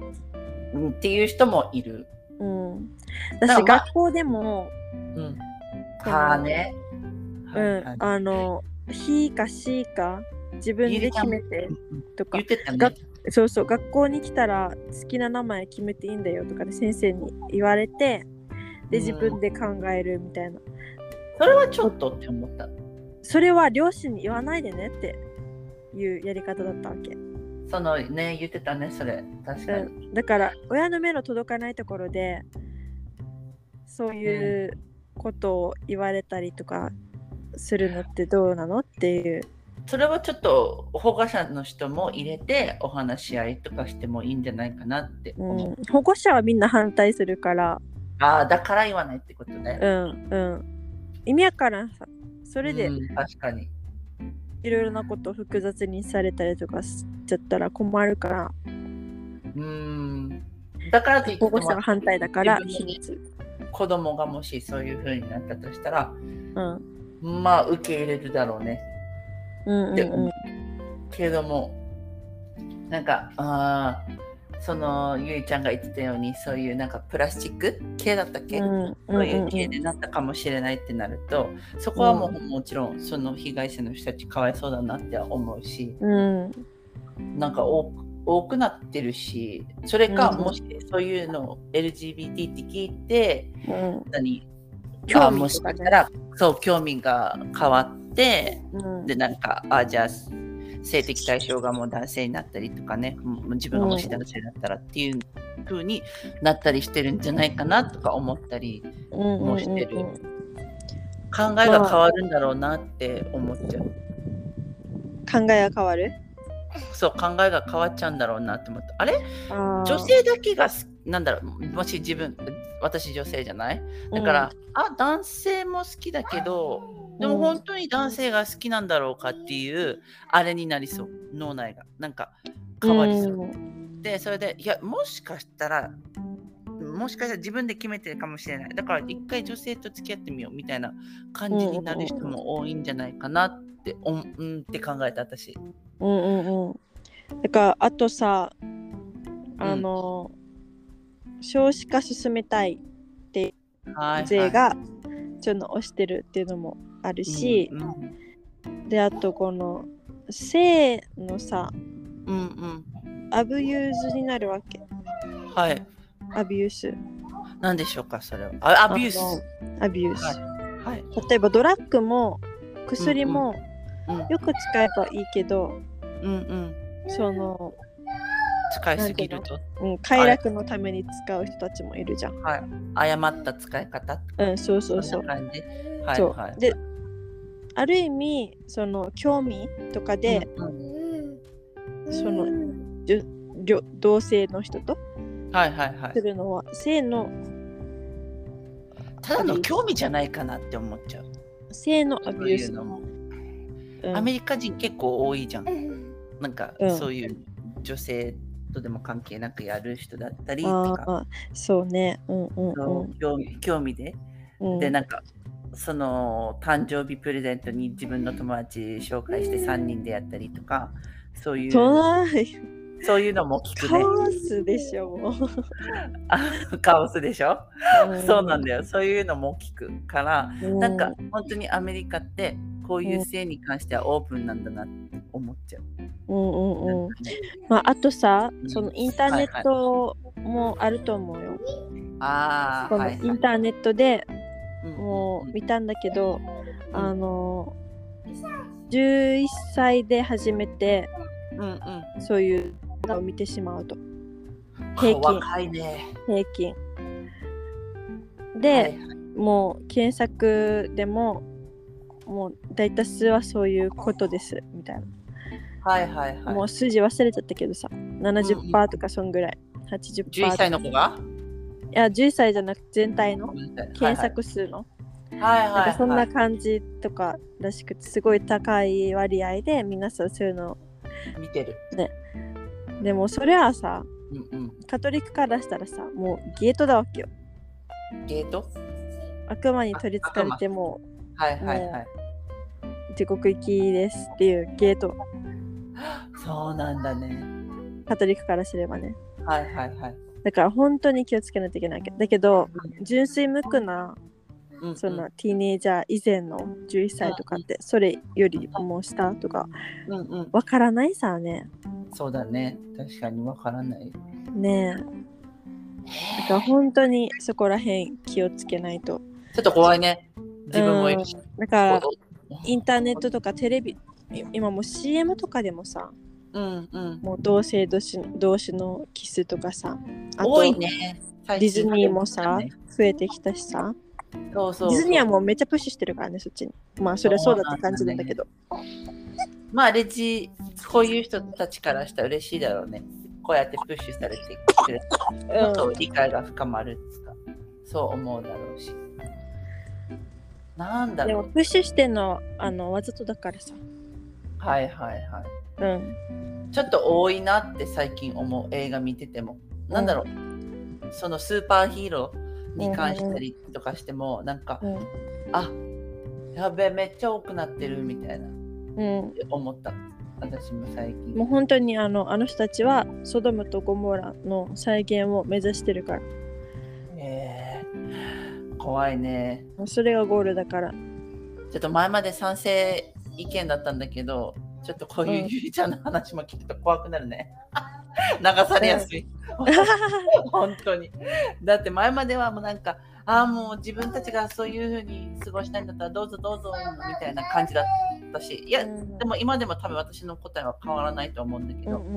Speaker 2: うんっていう人もいる。
Speaker 1: うん、
Speaker 2: だから
Speaker 1: 私
Speaker 2: まあ
Speaker 1: 学校でも、
Speaker 2: うん。
Speaker 1: その
Speaker 2: はあね。
Speaker 1: う
Speaker 2: はいはい
Speaker 1: ん、あの「ひ」か「し」か自分で決めてとか
Speaker 2: 言ってたね
Speaker 1: が。そうそう学校に来たら好きな名前決めていいんだよとかで先生に言われてで
Speaker 2: うん
Speaker 1: 自分で考えるみたいな、
Speaker 2: それはちょっとって思った。
Speaker 1: それは両親に言わないでねっていうやり方だったわけ、
Speaker 2: そのね、言ってたね、それ。確か
Speaker 1: う
Speaker 2: に。
Speaker 1: ん、だから親の目の届かないところでそういうことを言われたりとかするのってどうなのっていう
Speaker 2: それはちょっと保護者の人も入れてお話し合いとかしてもいいんじゃないかなって思う。
Speaker 1: うん、保護者はみんな反対するから、
Speaker 2: ああ、だから言わないってことね。
Speaker 1: うんうん、意味わからんさそれで
Speaker 2: うん確かに。
Speaker 1: いろいろなことを複雑にされたりとかしちゃったら困るから
Speaker 2: うん。だからといって
Speaker 1: 保
Speaker 2: も
Speaker 1: 護者は反対だから
Speaker 2: 自
Speaker 1: 秘
Speaker 2: 分の
Speaker 1: 密、
Speaker 2: 子供がもしそういう風になったとしたら、
Speaker 1: うん、
Speaker 2: まあ受け入れるだろうね。
Speaker 1: うんうん
Speaker 2: って
Speaker 1: うん
Speaker 2: 思うけれどもなんかあーそのゆいちゃんが言ってたようにそういうなんかプラスチック系だったっけ、
Speaker 1: うんう
Speaker 2: そ
Speaker 1: ん
Speaker 2: ういう
Speaker 1: うん
Speaker 2: 系になったかもしれないってなるとそこはもうもちろんその被害者の人たちかわいそうだなって思うし
Speaker 1: うん
Speaker 2: なんか多く多くなってるしそれか
Speaker 1: うん
Speaker 2: もしそういうの LGBT って聞いて
Speaker 1: うん
Speaker 2: 何
Speaker 1: 興味とかね
Speaker 2: あもしかしたらそう興味が変わって
Speaker 1: うん
Speaker 2: でなんかあじゃあ性的対象がもう男性になったりとかねもう自分がもし男性だったらっていう風になったりしてるんじゃないかなとか思ったり
Speaker 1: うん
Speaker 2: も
Speaker 1: う
Speaker 2: うしてる
Speaker 1: ん
Speaker 2: 考えが変わるんだろうなって思っちゃう
Speaker 1: 考えが変わる
Speaker 2: そう考えが変わっちゃうんだろうなって思ったあれ
Speaker 1: 女
Speaker 2: 女性だけが好きなんだろうもし自分私女性じゃないだから、あ男性も好きだけどでも本当に男性が好きなんだろうかっていうあれになりそう脳内がなんか変わりそう、
Speaker 1: ん
Speaker 2: でそれでいやもしかしたらもしかしたら自分で決めてるかもしれないだから一回女性と付き合ってみようみたいな感じになる人も多いんじゃないかなって、おんうんって考えた私
Speaker 1: うんうんうんだからあとさあの、少子化進めたい
Speaker 2: はいはい
Speaker 1: 税がちょっと推してるっていうのもあるし、
Speaker 2: うんうん
Speaker 1: であとこの性のさ
Speaker 2: うん
Speaker 1: アブユーズになるわけ
Speaker 2: うんはい
Speaker 1: アビュース
Speaker 2: 何でしょうかそれはあアビュース
Speaker 1: アビュース、
Speaker 2: はい、
Speaker 1: 例えばドラッグも薬も
Speaker 2: うん
Speaker 1: よく使えばいいけど、
Speaker 2: うんうん
Speaker 1: その、
Speaker 2: 使いすぎると
Speaker 1: うん、快楽のために使う人たちもいるじゃん
Speaker 2: 誤った使い方
Speaker 1: うんそうそうそ
Speaker 2: そん
Speaker 1: う
Speaker 2: な感じはい
Speaker 1: そう、
Speaker 2: はい
Speaker 1: である意味その興味とかで、
Speaker 2: うん
Speaker 1: そのりょ同性の人と
Speaker 2: うんはいはいはい
Speaker 1: するのは性の
Speaker 2: ただの興味じゃないかなって思っちゃう
Speaker 1: 性のアビ
Speaker 2: そう
Speaker 1: ュー
Speaker 2: いう
Speaker 1: ス
Speaker 2: のも
Speaker 1: うん
Speaker 2: アメリカ人結構多いじゃんなんか、
Speaker 1: うん
Speaker 2: そういう女性とでも関係なくやる人だったりとか、
Speaker 1: あーそうねうんうん
Speaker 2: そう興味興味で、
Speaker 1: うんうん
Speaker 2: でなんかその誕生日プレゼントに自分の友達紹介して3人でやったりとかそういう
Speaker 1: そない
Speaker 2: そういうのも聞く
Speaker 1: カ
Speaker 2: ね
Speaker 1: オスでしょもう、
Speaker 2: あ カオスでしょ、そうなんだよそういうのも聞くから、
Speaker 1: う
Speaker 2: なんか本当にアメリカってこういう性に関してはオープンなんだなって思っちゃう。
Speaker 1: うんうん
Speaker 2: なん
Speaker 1: うん
Speaker 2: かね
Speaker 1: まああとさ
Speaker 2: うん
Speaker 1: そのインターネットもあると思うよ、
Speaker 2: ああ、
Speaker 1: このインターネットで
Speaker 2: うん
Speaker 1: も
Speaker 2: うん
Speaker 1: う
Speaker 2: うん
Speaker 1: 見たんだけど、
Speaker 2: ん
Speaker 1: あの11歳で初めて
Speaker 2: うん
Speaker 1: そういうのを見てしまうと
Speaker 2: う
Speaker 1: 平
Speaker 2: ん、
Speaker 1: 均
Speaker 2: 若いね。
Speaker 1: 平均で、
Speaker 2: はい
Speaker 1: もう検索でももう大多数はそういうことですみたいな、
Speaker 2: はいはいはい。
Speaker 1: もう数字忘れちゃったけどさ70%とかそんぐらい、80%とか
Speaker 2: 11歳の子が
Speaker 1: いや11歳じゃなくて全体の検
Speaker 2: はい
Speaker 1: 索数の、
Speaker 2: は
Speaker 1: な
Speaker 2: い
Speaker 1: ん
Speaker 2: はい
Speaker 1: かそんな感じとからしくてすごい高い割合で皆さんそういうの
Speaker 2: 見てる。
Speaker 1: でもそれはさ
Speaker 2: うん
Speaker 1: カトリックからしたらさもうゲートだわけよ
Speaker 2: うん。ゲート
Speaker 1: 悪魔に取りつかれても
Speaker 2: はいはいはい。
Speaker 1: う地獄行きですっていうゲート
Speaker 2: そうなんだね。
Speaker 1: カトリックからすればね
Speaker 2: はいはいはい。
Speaker 1: だから本当に気をつけないといけないわけだけど純粋無垢な
Speaker 2: うんうん
Speaker 1: そのティーネイジャー以前の11歳とかってそれよりもう下とか
Speaker 2: うんうん。
Speaker 1: わからないさね
Speaker 2: そうだね。確かにわからない。
Speaker 1: ねえだから本当にそこら辺気をつけないと
Speaker 2: ちょっと怖いね。自分もいるし。
Speaker 1: だからインターネットとかテレビい今もう CM とかでもさ
Speaker 2: うんうん。
Speaker 1: もう同性同士同士のキスとかさあと
Speaker 2: 多いね。
Speaker 1: デ
Speaker 2: 最
Speaker 1: ィズ
Speaker 2: 近
Speaker 1: ニーもさ増えてきたしさ
Speaker 2: そうそ
Speaker 1: デ
Speaker 2: う。
Speaker 1: ィズニーはもうめっちゃプッシュしてるからねそっちにまあそれはそうだって感じなんだけど
Speaker 2: まあ、レジ、こういう人たちからしたら嬉しいだろうね。こうやってプッシュされてくれるもっと理解が深まるっつうか、そう思うだろうし。なんだ
Speaker 1: で
Speaker 2: ろ
Speaker 1: も
Speaker 2: う。
Speaker 1: プッシュしてんのはあのわざとだからさ
Speaker 2: はいはいはい。
Speaker 1: うん
Speaker 2: ちょっと多いなって最近思う映画見てても。なんだろう。そのスーパーヒーローに関したりとかしても、なんか、
Speaker 1: うん
Speaker 2: あやべえ、めっちゃ多くなってるみたいな
Speaker 1: うん
Speaker 2: 思った。私も最近。
Speaker 1: もう本当にあのあの人たちはソドムとゴモラの再現を目指してるから
Speaker 2: えー怖いね。
Speaker 1: もうそれがゴールだから
Speaker 2: ちょっと前まで賛成意見だったんだけど、ちょっとこういううんゆりちゃんの話も聞くと怖くなるね。 流されやす い。本当に。だって前まではもうなんか、ああ、もう自分たちがそういうふうに過ごしたいんだったらどうぞどうぞみたいな感じだったし、いや、でも今でも多分私の答えは変わらないと思うんだけ
Speaker 1: うん
Speaker 2: ど、
Speaker 1: うん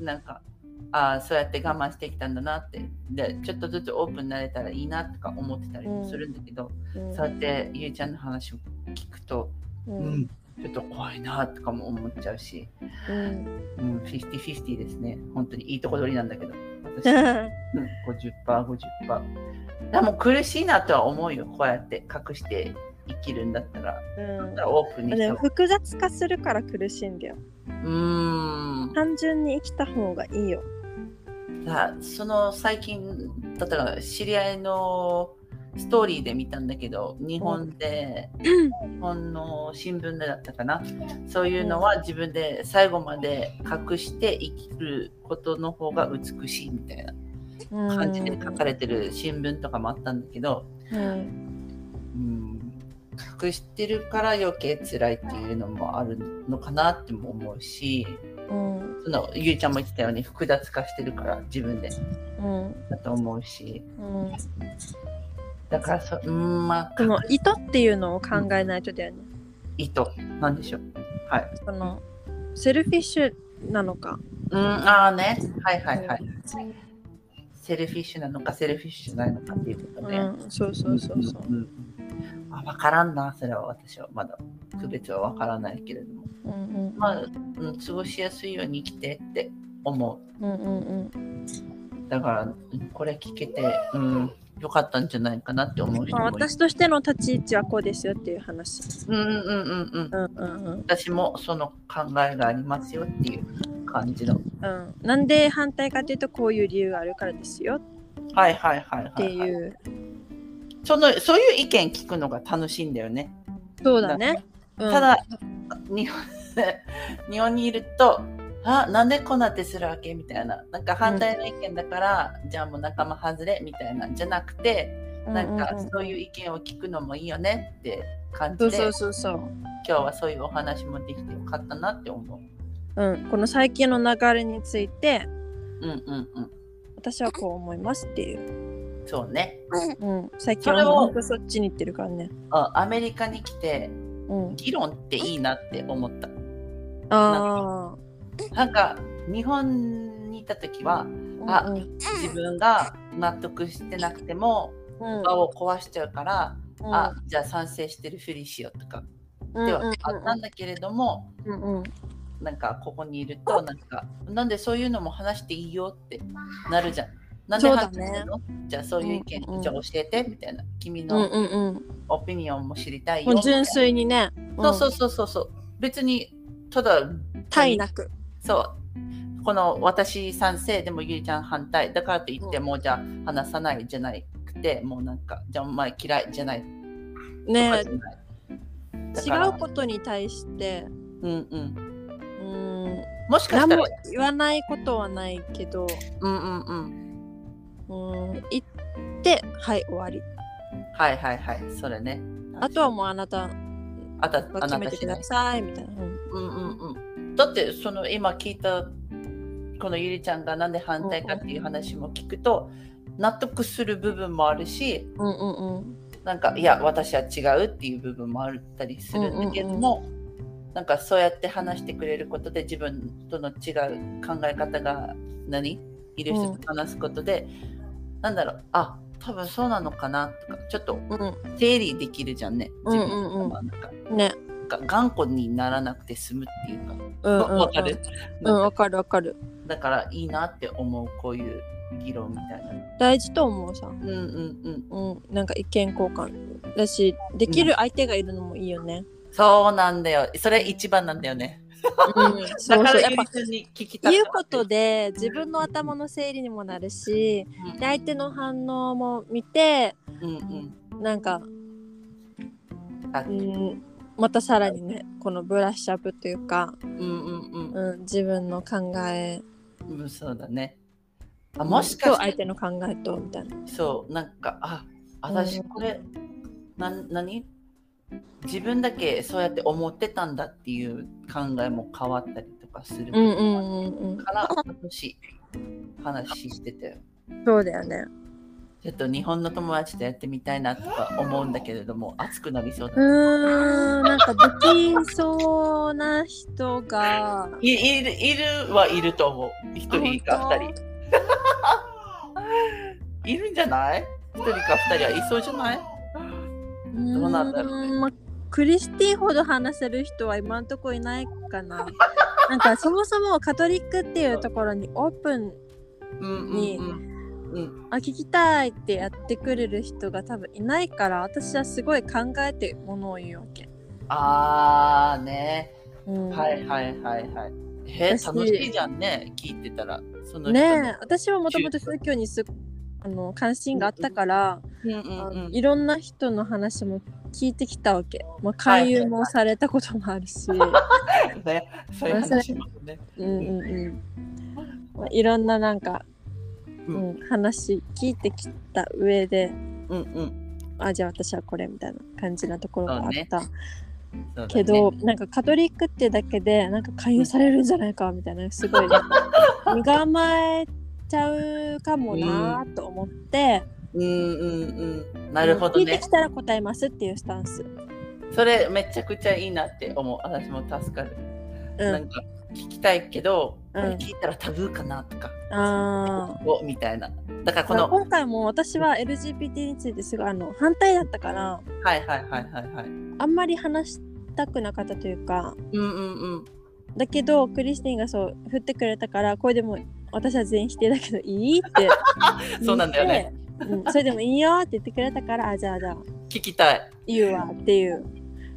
Speaker 1: うん
Speaker 2: なんか、ああ、そうやって我慢してきたんだなって、で、ちょっとずつオープンになれたらいいなとか思ってたりもするんだけど、
Speaker 1: うん
Speaker 2: そうやってゆりちゃんの話を聞くと、
Speaker 1: う
Speaker 2: うんん、ちょっと怖いなとかも思っちゃうし、
Speaker 1: うん
Speaker 2: うん、50-50ですね。本当にいいとこ取りなんだけど。 私うん50%50% でも苦しいなとは思うよこうやって隠して生きるんだったら
Speaker 1: うん
Speaker 2: オープンに し
Speaker 1: で
Speaker 2: た
Speaker 1: も
Speaker 2: 方が
Speaker 1: 複雑化するから苦しいんだよ
Speaker 2: うーん
Speaker 1: 単純に生きた方がいいよ
Speaker 2: だその最近だったら知り合いのストーリーで見たんだけど日本で、日本の新聞でだったかなそういうのは自分で最後まで隠して生きることの方が美しいみたいな感じで書かれてる新聞とかもあったんだけど、
Speaker 1: うん
Speaker 2: うん、隠してるから余計辛いっていうのもあるのかなっても思うし
Speaker 1: うん
Speaker 2: そのゆいちゃんも言ってたように複雑化してるから自分で
Speaker 1: うん
Speaker 2: だと思うし。
Speaker 1: うん
Speaker 2: だからそ、うん、まあ、
Speaker 1: その意図っていうのを考えないとだよね
Speaker 2: 意図、なんでしょう。はい。
Speaker 1: そのセルフィッシュなのか
Speaker 2: うん、ああね。はいはいはい。セルフィッシュなのか、セルフィッシュなのかっていうことね。
Speaker 1: うんそうそうそうそう
Speaker 2: うん。あ、わからんな、それは私はまだ。区別はわからないけれども。
Speaker 1: うん
Speaker 2: まあ、うん、過ごしやすいように生きてって思
Speaker 1: うんうんうん
Speaker 2: う。だから、うんこれ聞けて、うん、よかったんじゃないかなって思う人
Speaker 1: まあ
Speaker 2: もいる。
Speaker 1: 私としての立ち位置はこうですよっていう話
Speaker 2: うんうんうんうん。
Speaker 1: うんうんうん
Speaker 2: 私もその考えがありますよっていう感じの。
Speaker 1: うんなんで反対かというとこういう理由があるからですよ
Speaker 2: はいはいはいはい、はい。
Speaker 1: っていう
Speaker 2: そのそういう意見聞くのが楽しいんだよね。
Speaker 1: そうだねうん
Speaker 2: ただ日本 日本にいると「あなんでこんな手するわけ?」みたいななんか反対の意見だから、じゃあもう仲間外れみたいなんじゃなくてなんか
Speaker 1: ううう
Speaker 2: そういう意見を聞くのもいいよねって感
Speaker 1: そ
Speaker 2: じ
Speaker 1: う
Speaker 2: で、
Speaker 1: そうそうそう
Speaker 2: 今日はそういうお話もできてよかったなって思う。
Speaker 1: うん、この最近の流れについて
Speaker 2: うんうんう
Speaker 1: 私はこう思いますっていう、
Speaker 2: んそうね。
Speaker 1: うん、最近
Speaker 2: そ
Speaker 1: は
Speaker 2: れを
Speaker 1: ほんとそっちに行ってるからね、
Speaker 2: あアメリカに来て
Speaker 1: うん、
Speaker 2: 議論っていいなって思った。
Speaker 1: あ
Speaker 2: なんか日本にいた時は
Speaker 1: あ、うん
Speaker 2: 自分が納得してなくても
Speaker 1: うん
Speaker 2: 場を壊しちゃうから、
Speaker 1: うん、
Speaker 2: あじゃあ賛成してるふりしようとか
Speaker 1: うん
Speaker 2: ではあったんだけれども、
Speaker 1: うんうんうん
Speaker 2: なんかここにいるとなんかなんでそういうのも話していいよってなるじゃん。なんで
Speaker 1: そうだ
Speaker 2: 話し
Speaker 1: ね
Speaker 2: てるの、じゃあそういう意見、
Speaker 1: うんうん
Speaker 2: じゃあ教えてみたいな君
Speaker 1: うん
Speaker 2: の
Speaker 1: うんうん
Speaker 2: オピニオンも知りたいよ
Speaker 1: も
Speaker 2: み
Speaker 1: う
Speaker 2: たいな
Speaker 1: 純粋にね、
Speaker 2: そうそううそうそうそう別にただ
Speaker 1: ん体なく
Speaker 2: そう。この私賛成でもゆいちゃん反対だからといってもうじゃあ話さないじゃなくてもうなんかじゃあお前嫌いじゃないとか
Speaker 1: ね
Speaker 2: じゃない。だ
Speaker 1: 違
Speaker 2: から
Speaker 1: うことに対して
Speaker 2: うんうん。
Speaker 1: うん
Speaker 2: もしかし
Speaker 1: 何
Speaker 2: たら
Speaker 1: も言わないことはないけど
Speaker 2: うんうんうん。
Speaker 1: うん言ってはい終わり
Speaker 2: はいはいはいそれね。
Speaker 1: あとはもうあなた
Speaker 2: あた
Speaker 1: が
Speaker 2: あ
Speaker 1: 決
Speaker 2: な
Speaker 1: め
Speaker 2: た
Speaker 1: て
Speaker 2: 次
Speaker 1: く
Speaker 2: 第
Speaker 1: だ。さいみたいな、うん
Speaker 2: うんうんうん。だってその今聞いたこのゆりちゃんがなんで反対かっていう話も聞くと納得する部分もあるし
Speaker 1: うんうんうん
Speaker 2: なんかいや私は違うっていう部分もあったりするんだけども、なんかそうやって話してくれることで自分との違う考え方が何いる人と話すことで、なんだろうあ多分そうなのかなとかちょっと
Speaker 1: う
Speaker 2: 整理できるじゃんね
Speaker 1: うん
Speaker 2: 自
Speaker 1: うんう
Speaker 2: 分の
Speaker 1: ん
Speaker 2: 頭の中
Speaker 1: んね
Speaker 2: が頑固にならなくて済むっていうか、
Speaker 1: うんうん、
Speaker 2: わかる、
Speaker 1: うん
Speaker 2: な
Speaker 1: わ
Speaker 2: んか
Speaker 1: かるわかる
Speaker 2: だからいいなって思うこういう議論みたいな。
Speaker 1: 大事と思うさ
Speaker 2: うんうんうん、
Speaker 1: うんなんか意見交換だしできる相手がいるのもいいよね、
Speaker 2: そうなんだよそれ一番なんだよね。
Speaker 1: うん、そ
Speaker 2: だ
Speaker 1: う
Speaker 2: か
Speaker 1: そう
Speaker 2: ら
Speaker 1: や
Speaker 2: ゆ
Speaker 1: っ
Speaker 2: り
Speaker 1: ぱ
Speaker 2: ちゃんに聞きたかった
Speaker 1: 言うことで自分の頭の整理にもなるしで相手の反応も見て
Speaker 2: うんうん
Speaker 1: なんか、
Speaker 2: あ
Speaker 1: うん、またさらにねこのブラッシュアップというか、
Speaker 2: うんうん
Speaker 1: うん、自分の考え
Speaker 2: うんうんそうだねあもしか
Speaker 1: と
Speaker 2: し
Speaker 1: 相
Speaker 2: て
Speaker 1: 手の考えとみたいな
Speaker 2: そうなんかあ私これ、なん何自分だけそうやって思ってたんだっていう考えも変わったりとかする
Speaker 1: うんうんうんう
Speaker 2: から楽しい話してたよ
Speaker 1: んそうだよね
Speaker 2: ちょっと日本の友達とやってみたいなとか思うんだけれども熱くなりそうだ、
Speaker 1: うーんなんかできそうな人 が
Speaker 2: いいるいるはいると思う一人か二人いるんじゃない一人か二人はいそうじゃないどうなんだろうね
Speaker 1: ーんまあクリスティほど話せる人は今のところい ないかな。なんかそもそもカトリックっていうところにオープン
Speaker 2: うん
Speaker 1: に
Speaker 2: うんうん
Speaker 1: あ聞きたいってやってくれる人が多分いないから私はすごい考えてものを言うわけ。
Speaker 2: ああね、
Speaker 1: うん
Speaker 2: はいはいはいはいへ
Speaker 1: 私
Speaker 2: 楽しいじゃんね聞いてたらその人の
Speaker 1: ねえ私はもともと宗教にすごあの関心があったから、
Speaker 2: うんうん
Speaker 1: あ
Speaker 2: う
Speaker 1: の
Speaker 2: ん
Speaker 1: いろんな人の話も聞いてきたわけ、まあ、勧誘もされたこともある し、
Speaker 2: ねそういう話もね
Speaker 1: うんうんうんまあ、いろんななんか、う
Speaker 2: うんん
Speaker 1: 話聞いてきた上で
Speaker 2: うんうん
Speaker 1: あじゃあ私はこれみたいな感じなところがあった、
Speaker 2: そうだね
Speaker 1: けど、なんかカトリックってだけでなんか勧誘されるんじゃないかみたいなすごい身構えちゃうかもなと思って、
Speaker 2: うんうんうんなるほど
Speaker 1: 聞いて
Speaker 2: ね
Speaker 1: きたら答えますっていうスタンス。
Speaker 2: それめちゃくちゃいいなって思う私も助かる、
Speaker 1: う
Speaker 2: なん
Speaker 1: ん、
Speaker 2: か聞きたいけど、
Speaker 1: うん
Speaker 2: これ聞いたらタブーかなとか
Speaker 1: あ
Speaker 2: おみたいなだから
Speaker 1: ー
Speaker 2: こ
Speaker 1: だから
Speaker 2: の
Speaker 1: 今回も私は LGBT についてすごいあの反対だったから
Speaker 2: はいはいはいはいはいうん
Speaker 1: あんまり話したくなかったというか
Speaker 2: うんうん
Speaker 1: だけどクリスティンがそう振ってくれたからこれでも私は全員否定だけどいいって
Speaker 2: そうなんだよね
Speaker 1: 言って、うん、それでもいいよって言ってくれたからあじゃあじゃあ
Speaker 2: 聞きたい
Speaker 1: 言うわっていう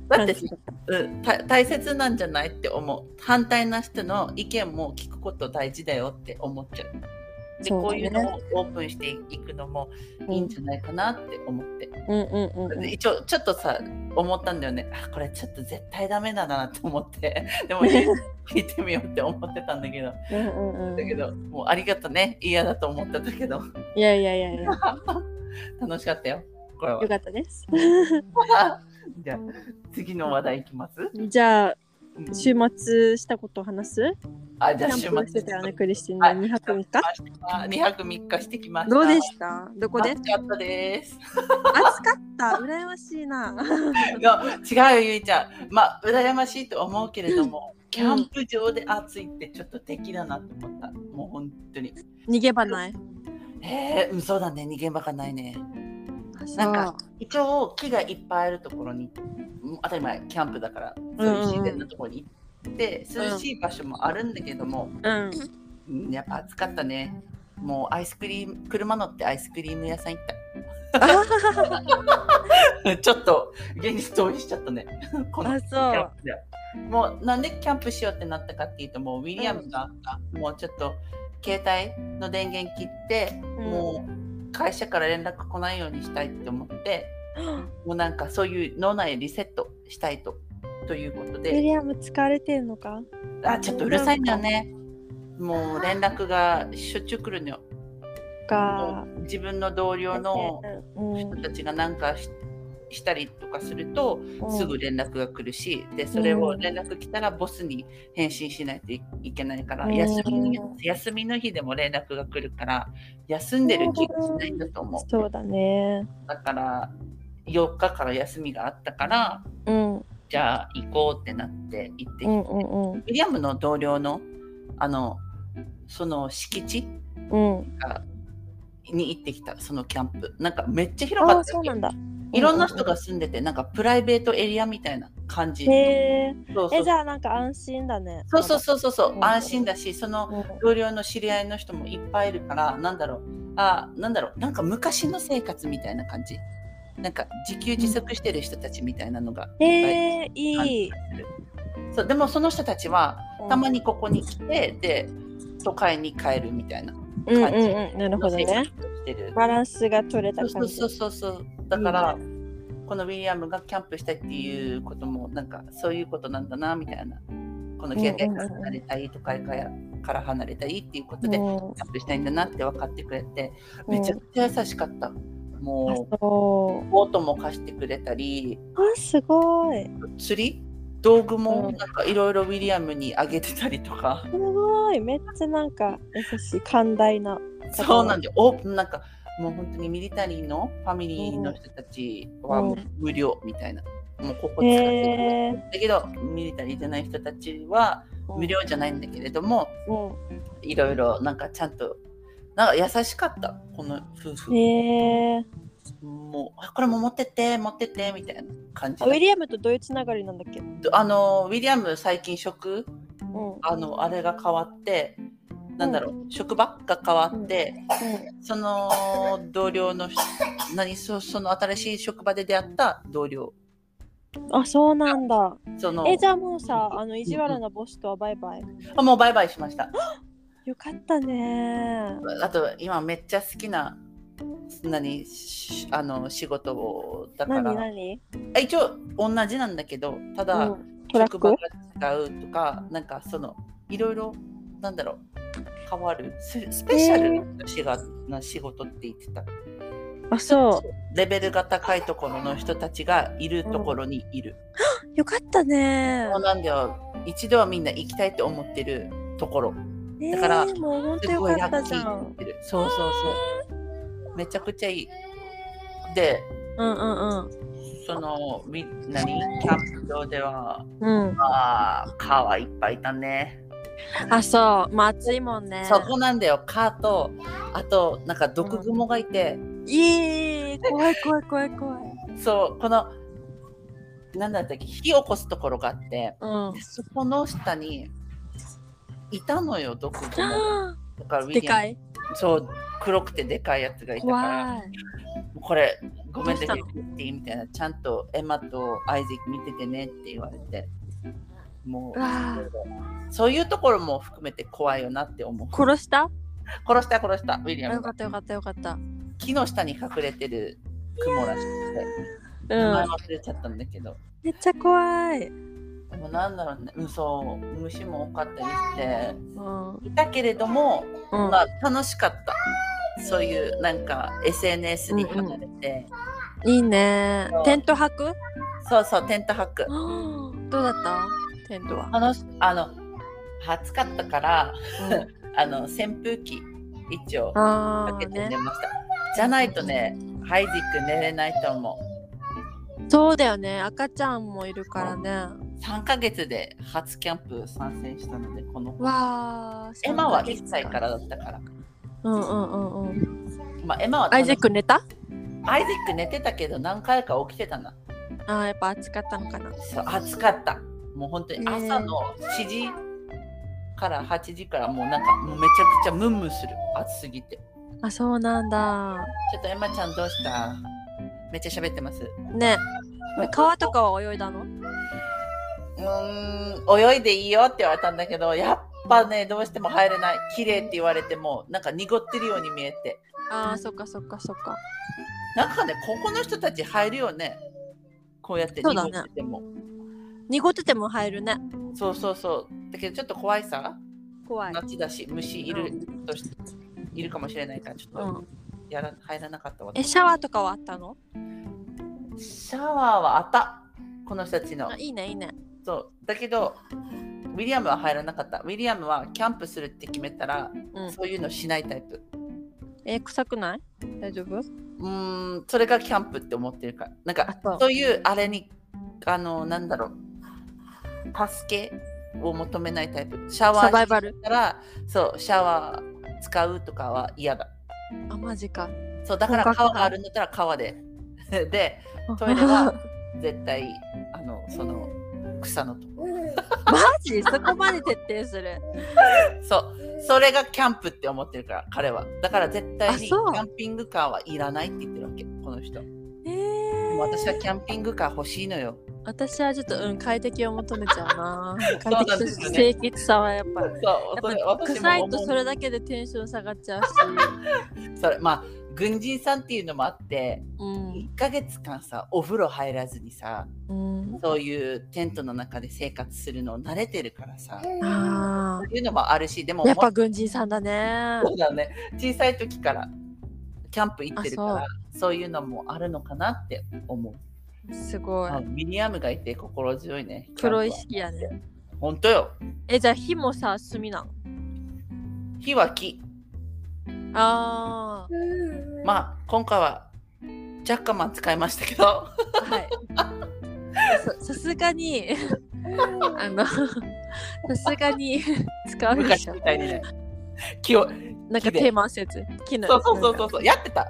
Speaker 2: だっ
Speaker 1: 感
Speaker 2: て
Speaker 1: じだった
Speaker 2: うん、た大切なんじゃないって思う反対な人の意見も聞くこと大事だよって思っちゃうで
Speaker 1: そう
Speaker 2: こ
Speaker 1: だ
Speaker 2: うい
Speaker 1: ね
Speaker 2: うのをオープンしていくのもいいんじゃないかなって思って、
Speaker 1: うんうんうんうん
Speaker 2: で一応ちょっとさ思ったんだよねあこれちょっと絶対ダメだなと思って でも 聞いてみようって思ってたんだけどだ
Speaker 1: うんうんうん
Speaker 2: けどもうありがとね嫌だと思ってたけど
Speaker 1: いやいやいやいやよ
Speaker 2: 楽しかったよこれは
Speaker 1: かったです。
Speaker 2: じゃあ次の話題いきます、
Speaker 1: じゃあ
Speaker 2: うん
Speaker 1: 週末したことを話す
Speaker 2: あ
Speaker 1: キ
Speaker 2: じゃあ週
Speaker 1: ャンプして
Speaker 2: 末
Speaker 1: たよねクリスティン
Speaker 2: は
Speaker 1: の
Speaker 2: い
Speaker 1: 2泊3日
Speaker 2: あ二泊三日してきました。
Speaker 1: どうでしたどこで
Speaker 2: 暑かったです。
Speaker 1: 暑かった羨ましいな
Speaker 2: いや違うよゆいちゃん。まあ羨ましいと思うけれども、キャンプ場で暑いってちょっと敵だなと思った。もう本当に。
Speaker 1: 逃げ場ない
Speaker 2: えー、うんそうだね逃げ場がないね。
Speaker 1: な
Speaker 2: なんか一応木がいっぱいあるところに、うん当たり前キャンプだからそういう自然なところに行って、
Speaker 1: ん
Speaker 2: 涼しい場所もあるんだけども、
Speaker 1: うん
Speaker 2: うんやっぱ暑かったね。もうアイスクリーム車乗ってアイスクリーム屋さん行った。 ちょっと現実逃避しちゃったね。この
Speaker 1: あ
Speaker 2: キ
Speaker 1: そう
Speaker 2: ャンプで。もうなんでキャンプしようってなったかっていうともうウィリアムが、もうちょっと携帯の電源切って、もう会社から連絡来ないようにしたいって思ってもうなんかそういう脳内リセットしたいとというこ
Speaker 1: ウ
Speaker 2: と
Speaker 1: ィ
Speaker 2: で
Speaker 1: リアム疲れてんのか
Speaker 2: あちょっとうるさいんだよね。もう連絡がしょっちゅう来るのよ。
Speaker 1: か
Speaker 2: もう自分の同僚の
Speaker 1: うん
Speaker 2: 人たちがなんかししたりとかすると、
Speaker 1: うん
Speaker 2: すぐ連絡が来るし、でそれを連絡来たらボスに返信しないといいけないから、
Speaker 1: うん
Speaker 2: 休みの休みの日でも連絡が来るから休んでる気がしないんだと思
Speaker 1: そうだね
Speaker 2: うだから4日から休みがあったから
Speaker 1: うんうん
Speaker 2: じゃあ行こうってなって行ってきて、
Speaker 1: う
Speaker 2: ウ
Speaker 1: んうん
Speaker 2: ィリアムの同僚のあのその敷地
Speaker 1: うん
Speaker 2: に行ってきたそのキャンプなんかめっちゃ広
Speaker 1: あ
Speaker 2: か
Speaker 1: あ
Speaker 2: った
Speaker 1: そ
Speaker 2: わ
Speaker 1: う
Speaker 2: け
Speaker 1: なんだ
Speaker 2: いろんな人が住んでてなんかプライベートエリアみたいな感じ
Speaker 1: へえ
Speaker 2: そうそう
Speaker 1: えじゃあなんか安心だね
Speaker 2: そうそうそうそうそう、
Speaker 1: うん
Speaker 2: 安心だしその
Speaker 1: うん
Speaker 2: 同僚の知り合いの人もいっぱいいるからなんだろうあなんだろうなんか昔の生活みたいな感じなんか自給自足してる人たちみたいなのがいっ
Speaker 1: へえ
Speaker 2: ぱい
Speaker 1: いい
Speaker 2: そうでもその人たちはたま
Speaker 1: に
Speaker 2: にここに来てで都会に帰るみたいな
Speaker 1: うんうんうんなるほど
Speaker 2: 生活を
Speaker 1: ね
Speaker 2: してる
Speaker 1: バランスが取れた
Speaker 2: そ
Speaker 1: 感
Speaker 2: う
Speaker 1: じ
Speaker 2: そうそうそうだからこのウィリアムがキャンプしたいっていうこともなんかそういうことなんだなみたいなこの経験から離れたい都会からから離れたいっていうことで
Speaker 1: うん
Speaker 2: キャンプしたいんだなって分かってくれてめちゃくちゃ優しかった、
Speaker 1: あ
Speaker 2: も
Speaker 1: そ
Speaker 2: う
Speaker 1: う
Speaker 2: ボートも貸してくれたり
Speaker 1: あすごい
Speaker 2: 釣り道具
Speaker 1: う
Speaker 2: も
Speaker 1: ん
Speaker 2: なんかいろいろウィリアムにあげてたりとか、
Speaker 1: すごいめっちゃなんか優しい寛大な
Speaker 2: そうなんでオープンなんかもう本当にミリタリーのファミリーの人たちはもう無料みたいな、もうここ使ってくれる
Speaker 1: へえ
Speaker 2: だけどミリタリーじゃない人たちは無料じゃないんだけれども
Speaker 1: う
Speaker 2: いろいろなんかちゃんとなんか優しかったこの夫婦、
Speaker 1: んへえ
Speaker 2: もうあこれも持ってって持ってってみたいな感じ
Speaker 1: あ
Speaker 2: だ
Speaker 1: ウィリアムとどういうつながりなんだっけ
Speaker 2: あのウィリアム最近職
Speaker 1: うん
Speaker 2: あのあれが変わってなんだろう職場が変わって、その同僚の 人何そその新しい職場で出会った同僚
Speaker 1: あそうなんだ
Speaker 2: その
Speaker 1: えじゃあもうさあの意地悪なボスとはバイバイ
Speaker 2: あもうバイバイしました
Speaker 1: よかったね
Speaker 2: あと今めっちゃ好きな何しあの仕事をだか
Speaker 1: 何
Speaker 2: ら
Speaker 1: 何
Speaker 2: あ一応同じなんだけどただ、
Speaker 1: うんトラ
Speaker 2: 職
Speaker 1: ッ
Speaker 2: 場
Speaker 1: ク
Speaker 2: が違うとかなんかそのいろいろなんだろう変わるススペシャルな仕がな仕事って言ってた
Speaker 1: あそ
Speaker 2: レベルが高いところの人たちがいるところにいる、
Speaker 1: うよかったね
Speaker 2: そうなんだよ一度はみんな行きたいと思ってるところ
Speaker 1: ね
Speaker 2: だから
Speaker 1: えもうほんと
Speaker 2: す
Speaker 1: よ
Speaker 2: ごい
Speaker 1: か
Speaker 2: ラ
Speaker 1: った
Speaker 2: ッキ
Speaker 1: じゃ
Speaker 2: ーと思っ
Speaker 1: ん
Speaker 2: てるそうそうそうめちゃくちゃいいで
Speaker 1: うんうん
Speaker 2: そのみ何キャンプ場では
Speaker 1: うんうん
Speaker 2: まあ川いっぱいいたね
Speaker 1: あそうまあ暑いもんね
Speaker 2: そこなんだよ蚊とあとなんか毒蜘蛛がいて、
Speaker 1: いい怖い怖い怖い怖い
Speaker 2: そうこのなんだったっけ火起こすところがあって
Speaker 1: うん
Speaker 2: そこの下にいたのよ毒蜘蛛
Speaker 1: あ
Speaker 2: だからウィ
Speaker 1: ー
Speaker 2: リア
Speaker 1: で
Speaker 2: ム
Speaker 1: かい
Speaker 2: そう黒くてでかいやつがいたから
Speaker 1: 怖い
Speaker 2: これごめんね
Speaker 1: どう
Speaker 2: 言っていいみたいなちゃんとエマとアイゼク見ててねって言われてもう
Speaker 1: うわ
Speaker 2: そういうところも含めて怖いよなって思う
Speaker 1: 殺した
Speaker 2: 殺した殺したウィリ
Speaker 1: あ
Speaker 2: アム
Speaker 1: よ
Speaker 2: が
Speaker 1: かったよかったよかった
Speaker 2: 木の下に隠れてる雲らしくて名前
Speaker 1: うん
Speaker 2: 忘れちゃったんだけど、
Speaker 1: めっちゃ怖い
Speaker 2: でもなんだろうね、うん、そう虫も多かったりし
Speaker 1: うん
Speaker 2: ていたけれども、
Speaker 1: うん
Speaker 2: まあ楽しかったそういうなんか SNS に離れて、
Speaker 1: いいね
Speaker 2: そう
Speaker 1: テント泊く
Speaker 2: そうそうテント泊
Speaker 1: どうだったテントは
Speaker 2: 楽しあの暑かったから
Speaker 1: うん
Speaker 2: あの扇風機一応
Speaker 1: あ
Speaker 2: か
Speaker 1: あ
Speaker 2: けて
Speaker 1: ね
Speaker 2: 寝ました、じゃないとねハイジック寝れないと思う
Speaker 1: そうだよね赤ちゃんもいるからね
Speaker 2: 3ヶ月で初キャンプ参戦したのでこの
Speaker 1: わあ
Speaker 2: エマは1歳からだったから、
Speaker 1: うんうんうんうん
Speaker 2: まあ、エマは
Speaker 1: アイゼック
Speaker 2: 楽し
Speaker 1: 寝た
Speaker 2: アイゼック寝てたけど何回か起きてたな
Speaker 1: あーやっぱ暑かったのかな
Speaker 2: そう暑かったもう本当に朝の7時から8時からもうなんかもうめちゃくちゃムンムンする暑すぎて
Speaker 1: あそうなんだ
Speaker 2: ちょっとエマちゃんどうしためっちゃ喋ってます
Speaker 1: ね川とかは泳いだの
Speaker 2: うーん泳いでいいよって言われたんだけどやっぱねどうしても入れない綺麗って言われてもなんか濁ってるように見えて
Speaker 1: あーそっかそっかそっか
Speaker 2: なんかねここの人たち入るよねこうやって
Speaker 1: そう
Speaker 2: 濁
Speaker 1: だ
Speaker 2: っ
Speaker 1: ね
Speaker 2: てても
Speaker 1: 濁ってても入るね
Speaker 2: そう,、そうそうだけどちょっと怖いさ
Speaker 1: 怖い
Speaker 2: 夏だし虫いるとしいるかもしれないからちょっ
Speaker 1: う
Speaker 2: と
Speaker 1: ん
Speaker 2: やら入らなかったわ
Speaker 1: えシャワーとかはあったの
Speaker 2: シャワーはあったこの人たちの
Speaker 1: あいいねいいね
Speaker 2: そうだけどウィリアムは入らなかったウィリアムはキャンプするって決めたら、
Speaker 1: うん
Speaker 2: そういうのしないタイプ
Speaker 1: え臭くない大丈夫
Speaker 2: うーんそれがキャンプって思ってるからなんか
Speaker 1: あそう
Speaker 2: そういうあれにあのなんだろう助けを求めないタイプシャワー
Speaker 1: サバイバル
Speaker 2: したらそうシャワー使うとかは嫌だ
Speaker 1: あマジか
Speaker 2: そうだから
Speaker 1: 本格
Speaker 2: 川
Speaker 1: 派
Speaker 2: があるんだったら川で でトイレ
Speaker 1: マ
Speaker 2: は絶対あのその草のとこ
Speaker 1: ジそこまで徹底する
Speaker 2: そうそれがキャンプって思ってるから彼はだから絶対にキ
Speaker 1: あそう
Speaker 2: ャンピングカーはいらないって言ってるわけこの人も
Speaker 1: え
Speaker 2: う
Speaker 1: ー、
Speaker 2: 私はキャンピングカー欲しいのよ
Speaker 1: 私はちょっとうん快適を求めちゃう な
Speaker 2: そう
Speaker 1: 快
Speaker 2: なん
Speaker 1: 適
Speaker 2: ですよ
Speaker 1: と
Speaker 2: ね
Speaker 1: 清潔さはやっぱ
Speaker 2: そうそれ
Speaker 1: やっぱ
Speaker 2: 私も
Speaker 1: 臭い
Speaker 2: 思
Speaker 1: と
Speaker 2: う
Speaker 1: それだけでテンション下がっちゃうし、
Speaker 2: それまあ軍人さんっていうのもあって
Speaker 1: うん
Speaker 2: 1ヶ月間さお風呂入らずにさ
Speaker 1: うん、
Speaker 2: そういうテントの中で生活するの慣れてるからさ
Speaker 1: あ
Speaker 2: そういうのもあるしでも
Speaker 1: ーやっぱ
Speaker 2: も
Speaker 1: 軍人さんだね
Speaker 2: うそうだね小さい時からキャンプ行ってるから
Speaker 1: あ
Speaker 2: そういうのもあるのかなって思う、
Speaker 1: すごい
Speaker 2: あミリアムがいて心強いね
Speaker 1: プロ意
Speaker 2: キャン
Speaker 1: 識やね
Speaker 2: プは本当よ
Speaker 1: えじゃあ火もさ炭なの
Speaker 2: 火は木
Speaker 1: あ
Speaker 2: まあ今回はジャッカマン使いましたけど
Speaker 1: あはいささすがにあのさすがに使うで
Speaker 2: 昔
Speaker 1: しょ
Speaker 2: みたいにね木を
Speaker 1: なんか
Speaker 2: 木で
Speaker 1: テーマ説木の
Speaker 2: そうそうそ
Speaker 1: な
Speaker 2: うそう
Speaker 1: んか
Speaker 2: そうやってた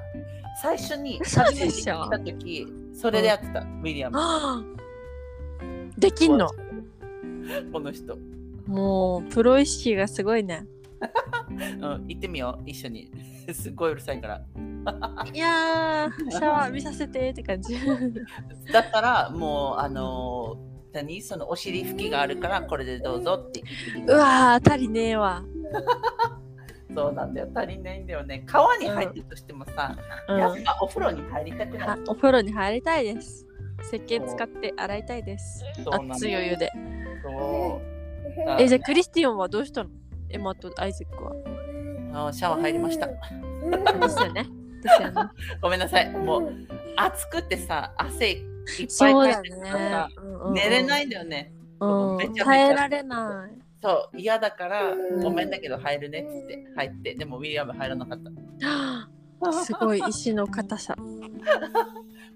Speaker 2: 最初に
Speaker 1: そうでしょ
Speaker 2: 旅に来た時それでやってた、ウィリアム
Speaker 1: あーできんの
Speaker 2: この人
Speaker 1: もうプロ意識がすごいね
Speaker 2: うん、行ってみよう、一緒に。 すっごいうるさいから。
Speaker 1: いやーシャワー見させてって感 じ
Speaker 2: だったら、もう、あのー何そのお尻拭きがあるから、これでどうぞって言って
Speaker 1: うわー足りねえわ、
Speaker 2: そうなんだよ、足りないんだよね。川に入ってるとしてもさ、
Speaker 1: うん、
Speaker 2: やっぱお風呂に入りたくな
Speaker 1: あ
Speaker 2: い。
Speaker 1: お風呂に入りたいです石鹸使って洗いたいです
Speaker 2: そうなん
Speaker 1: 熱いお湯で
Speaker 2: そう
Speaker 1: えじゃあクリスティオンはどうしたのエマとアイゼック は
Speaker 2: あシャワー入りました。
Speaker 1: ですよねですよね
Speaker 2: ごめんなさい。もう暑くてさ、汗いっぱい
Speaker 1: そう
Speaker 2: かい
Speaker 1: だ
Speaker 2: て
Speaker 1: ね
Speaker 2: るからさ、、
Speaker 1: うんうん
Speaker 2: 寝れないんだよね。
Speaker 1: うん
Speaker 2: めちゃめちゃ
Speaker 1: 耐えられない
Speaker 2: そう、嫌だから、ごめんだけど入るねっつって入って、でもウィリアム入らなかった。
Speaker 1: はあ すごい石の硬さ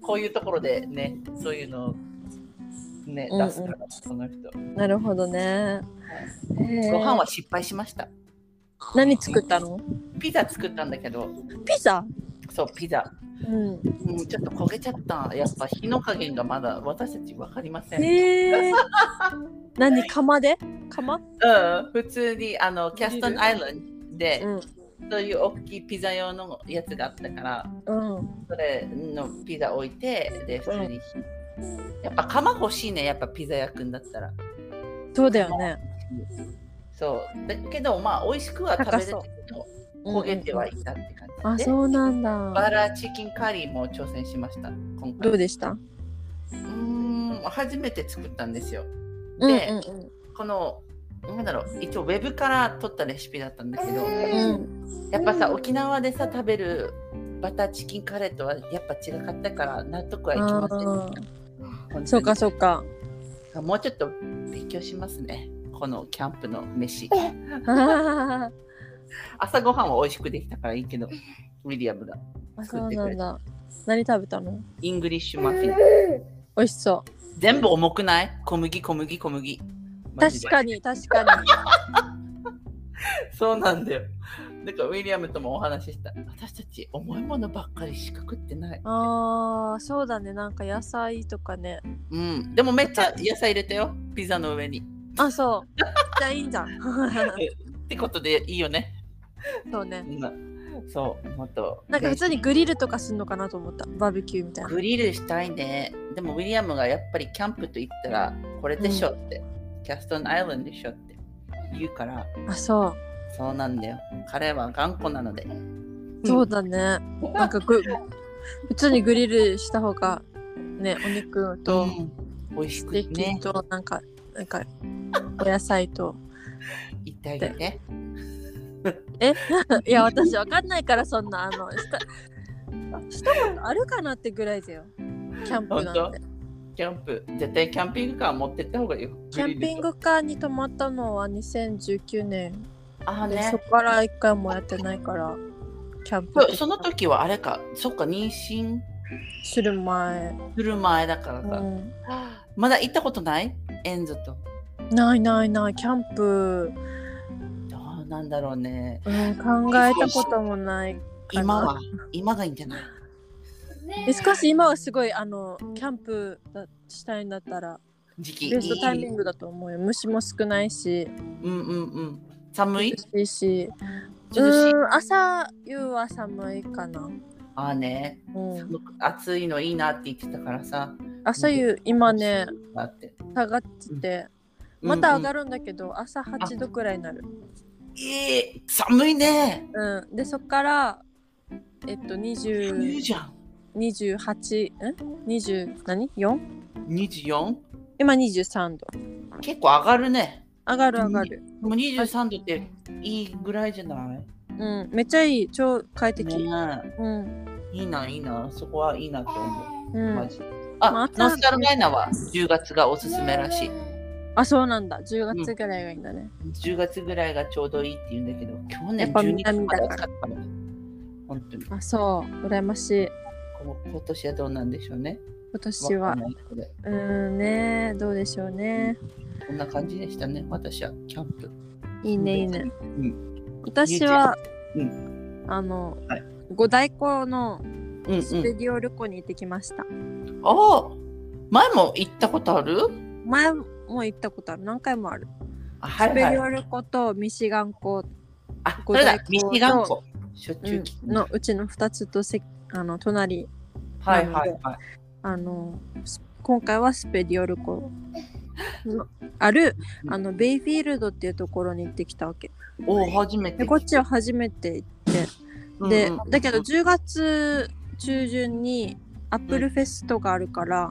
Speaker 2: こういうところでね、そういうのをね、
Speaker 1: うんうん
Speaker 2: 出すから、その人。
Speaker 1: なるほどね
Speaker 2: ご飯は失敗しました。
Speaker 1: 何作ったの
Speaker 2: ピザ作ったんだけど、
Speaker 1: ピザ
Speaker 2: そう、ピザ。
Speaker 1: うん
Speaker 2: うん、ちょっと焦げちゃった。やっぱ火の加減がまだ私たち分かりません。
Speaker 1: へえ何釜で釜
Speaker 2: うん、普通にあのキャストンアイランドで、
Speaker 1: うん
Speaker 2: そういう大きいピザ用のやつがあったから、
Speaker 1: うん
Speaker 2: それのピザ置いて、で、普通に。やっぱ釜欲しいね、やっぱピザ焼くんだったら。
Speaker 1: そうだよね
Speaker 2: そう。だけど、まあ、美味しくは食べれたけど、焦げてはいいたって感
Speaker 1: あ
Speaker 2: じで。
Speaker 1: そうなん
Speaker 2: バ
Speaker 1: だ
Speaker 2: ラチキンカリーも挑戦しました、今回。
Speaker 1: どう
Speaker 2: う
Speaker 1: でした
Speaker 2: ーん、初めて作ったんですよ。で、
Speaker 1: うん
Speaker 2: この、なんだろう、一応ウェブから撮ったレシピだったんだけど、
Speaker 1: うんうん
Speaker 2: やっぱさ、沖縄でさ、食べるバターチキンカレーとはやっぱ違かったから、納得はいきません
Speaker 1: あ
Speaker 2: 本
Speaker 1: ー
Speaker 2: 当に。
Speaker 1: そうかそう か
Speaker 2: もうちょっと勉強しますね。このキャンプの飯。
Speaker 1: あ
Speaker 2: 朝ごはんは美味しくできたからいいけど、ウィリアムが
Speaker 1: ーそ
Speaker 2: 作っ
Speaker 1: う
Speaker 2: てく
Speaker 1: な
Speaker 2: れ
Speaker 1: ん
Speaker 2: た。
Speaker 1: だ何食べたの
Speaker 2: イングリッシュマフィン。
Speaker 1: 美味しそう
Speaker 2: 全部重くない小麦、小麦、小麦。マ
Speaker 1: 確
Speaker 2: ジで
Speaker 1: かに確かに
Speaker 2: そうなんだよ。だからウィリアムともお話しした。私たち重いものばっかりしか食ってない。
Speaker 1: あーそうだねなんか野菜とかね
Speaker 2: うん。でもめっちゃ野菜入れたよ。ピザの上に。
Speaker 1: あそうじゃあいいんじゃ ん
Speaker 2: ってことでいいよね。
Speaker 1: そうね
Speaker 2: 今そう、もっと。
Speaker 1: なんか普通にグリルとかすんのかなと思ったバーベキューみたいな
Speaker 2: グリルしたいね。でもウィリアムがやっぱりキャンプと言ったらこれでしょって、キャストンアイランドでしょって言うから、
Speaker 1: あそ
Speaker 2: そうなんだよ。彼は頑固なので。
Speaker 1: うそうだねなんかグ普通にグリルした方がねお肉
Speaker 2: と、
Speaker 1: と
Speaker 2: うん、美味し
Speaker 1: ス
Speaker 2: く
Speaker 1: テーキ
Speaker 2: ね、
Speaker 1: となんか、なんかお野菜と
Speaker 2: 言ってあげて。
Speaker 1: いや私わかんないからそんなあのしたしたことあるかなってぐらいだよキャンプなん
Speaker 2: 本
Speaker 1: て
Speaker 2: キャンプ、絶対キャンピングカー持ってった方がいいよ。
Speaker 1: キャンピン
Speaker 2: グ
Speaker 1: グカーに泊まったのは2019年
Speaker 2: あー
Speaker 1: で、
Speaker 2: ね
Speaker 1: そ。こから一回もやってないからキャンプ
Speaker 2: そうその時はあれか、そっか、妊娠
Speaker 1: する前、
Speaker 2: する前だから
Speaker 1: う
Speaker 2: さ、
Speaker 1: ん、
Speaker 2: まだ行ったことないエンゾと。
Speaker 1: ないないないキャンプ、
Speaker 2: どうなんだろうね。
Speaker 1: うん、考えたこともないかな
Speaker 2: 今は、今がいいんじゃない
Speaker 1: でしかし今はすごいあのキャンプだしたいんだったら
Speaker 2: 時期
Speaker 1: ベストタイミ
Speaker 2: いい
Speaker 1: ングだと思うよ虫も少ないし
Speaker 2: うんうんうん。寒い
Speaker 1: 涼しいし
Speaker 2: 涼しい。
Speaker 1: うん朝夕は寒いかな、
Speaker 2: ああね、
Speaker 1: うん、
Speaker 2: 寒く暑いのいいなって言ってたからさ。
Speaker 1: 朝夕今ね
Speaker 2: だって。
Speaker 1: 下がっててまた上が
Speaker 2: る。
Speaker 1: るんだけど、朝8度くらいになる、
Speaker 2: ええ寒いね。
Speaker 1: うん、でそっからえっと
Speaker 2: 冬
Speaker 1: 2028
Speaker 2: じゃん。
Speaker 1: ん20何 4?
Speaker 2: 24?
Speaker 1: 今23度
Speaker 2: 結構上がるね。
Speaker 1: 上がる上がる、
Speaker 2: もう23度っていいぐらいじゃない
Speaker 1: うん、めっちゃいい超快適、
Speaker 2: ね
Speaker 1: うん、
Speaker 2: えいいな、いいな。そこはいいなと思
Speaker 1: う
Speaker 2: う。マ
Speaker 1: ん、
Speaker 2: ジで。あ、
Speaker 1: ま
Speaker 2: ノ
Speaker 1: あ
Speaker 2: ースカロライナは10月がおすすめらしい。
Speaker 1: あそうなんだ10月ぐらいがいいんだね、
Speaker 2: 10月ぐらいがちょうどいいって言うんだけど、去
Speaker 1: やっ
Speaker 2: 年
Speaker 1: ぱ
Speaker 2: 12月
Speaker 1: 南
Speaker 2: ま
Speaker 1: だ
Speaker 2: で
Speaker 1: から
Speaker 2: 暑かったからね。本当に。
Speaker 1: あそう羨ましい
Speaker 2: この今年はどうなんでしょうね。
Speaker 1: 今年は
Speaker 2: わかんないけど
Speaker 1: うーんねどうでしょうね
Speaker 2: こんな感じでしたね、私はキャンプ。
Speaker 1: いいねいいね、
Speaker 2: ん
Speaker 1: 私は、
Speaker 2: う
Speaker 1: あの、
Speaker 2: はい
Speaker 1: 五大湖の
Speaker 2: うんう
Speaker 1: ス
Speaker 2: ん。
Speaker 1: ペディオ旅行に行ってきました、
Speaker 2: ああ、前も行ったことある
Speaker 1: 前も行ったことある何回もある
Speaker 2: あ、は
Speaker 1: スペデ
Speaker 2: い
Speaker 1: ィ
Speaker 2: は
Speaker 1: オ
Speaker 2: い。
Speaker 1: 旅行とミシガン湖
Speaker 2: あ、そ
Speaker 1: 五
Speaker 2: れだ
Speaker 1: 大、湖
Speaker 2: ミシガン湖。しょっちゅう聞
Speaker 1: う
Speaker 2: く
Speaker 1: んのうちの2つとせあの隣
Speaker 2: はいはいはい。
Speaker 1: あのス今回はスペディオル湖のあるあのベイフィールドっていうところに行ってきたわけ
Speaker 2: おお、初めて
Speaker 1: で
Speaker 2: 聞く。
Speaker 1: こっちは初めて行って
Speaker 2: うん
Speaker 1: で、
Speaker 2: うん
Speaker 1: だけど10月中旬にアップルフェストがあるから、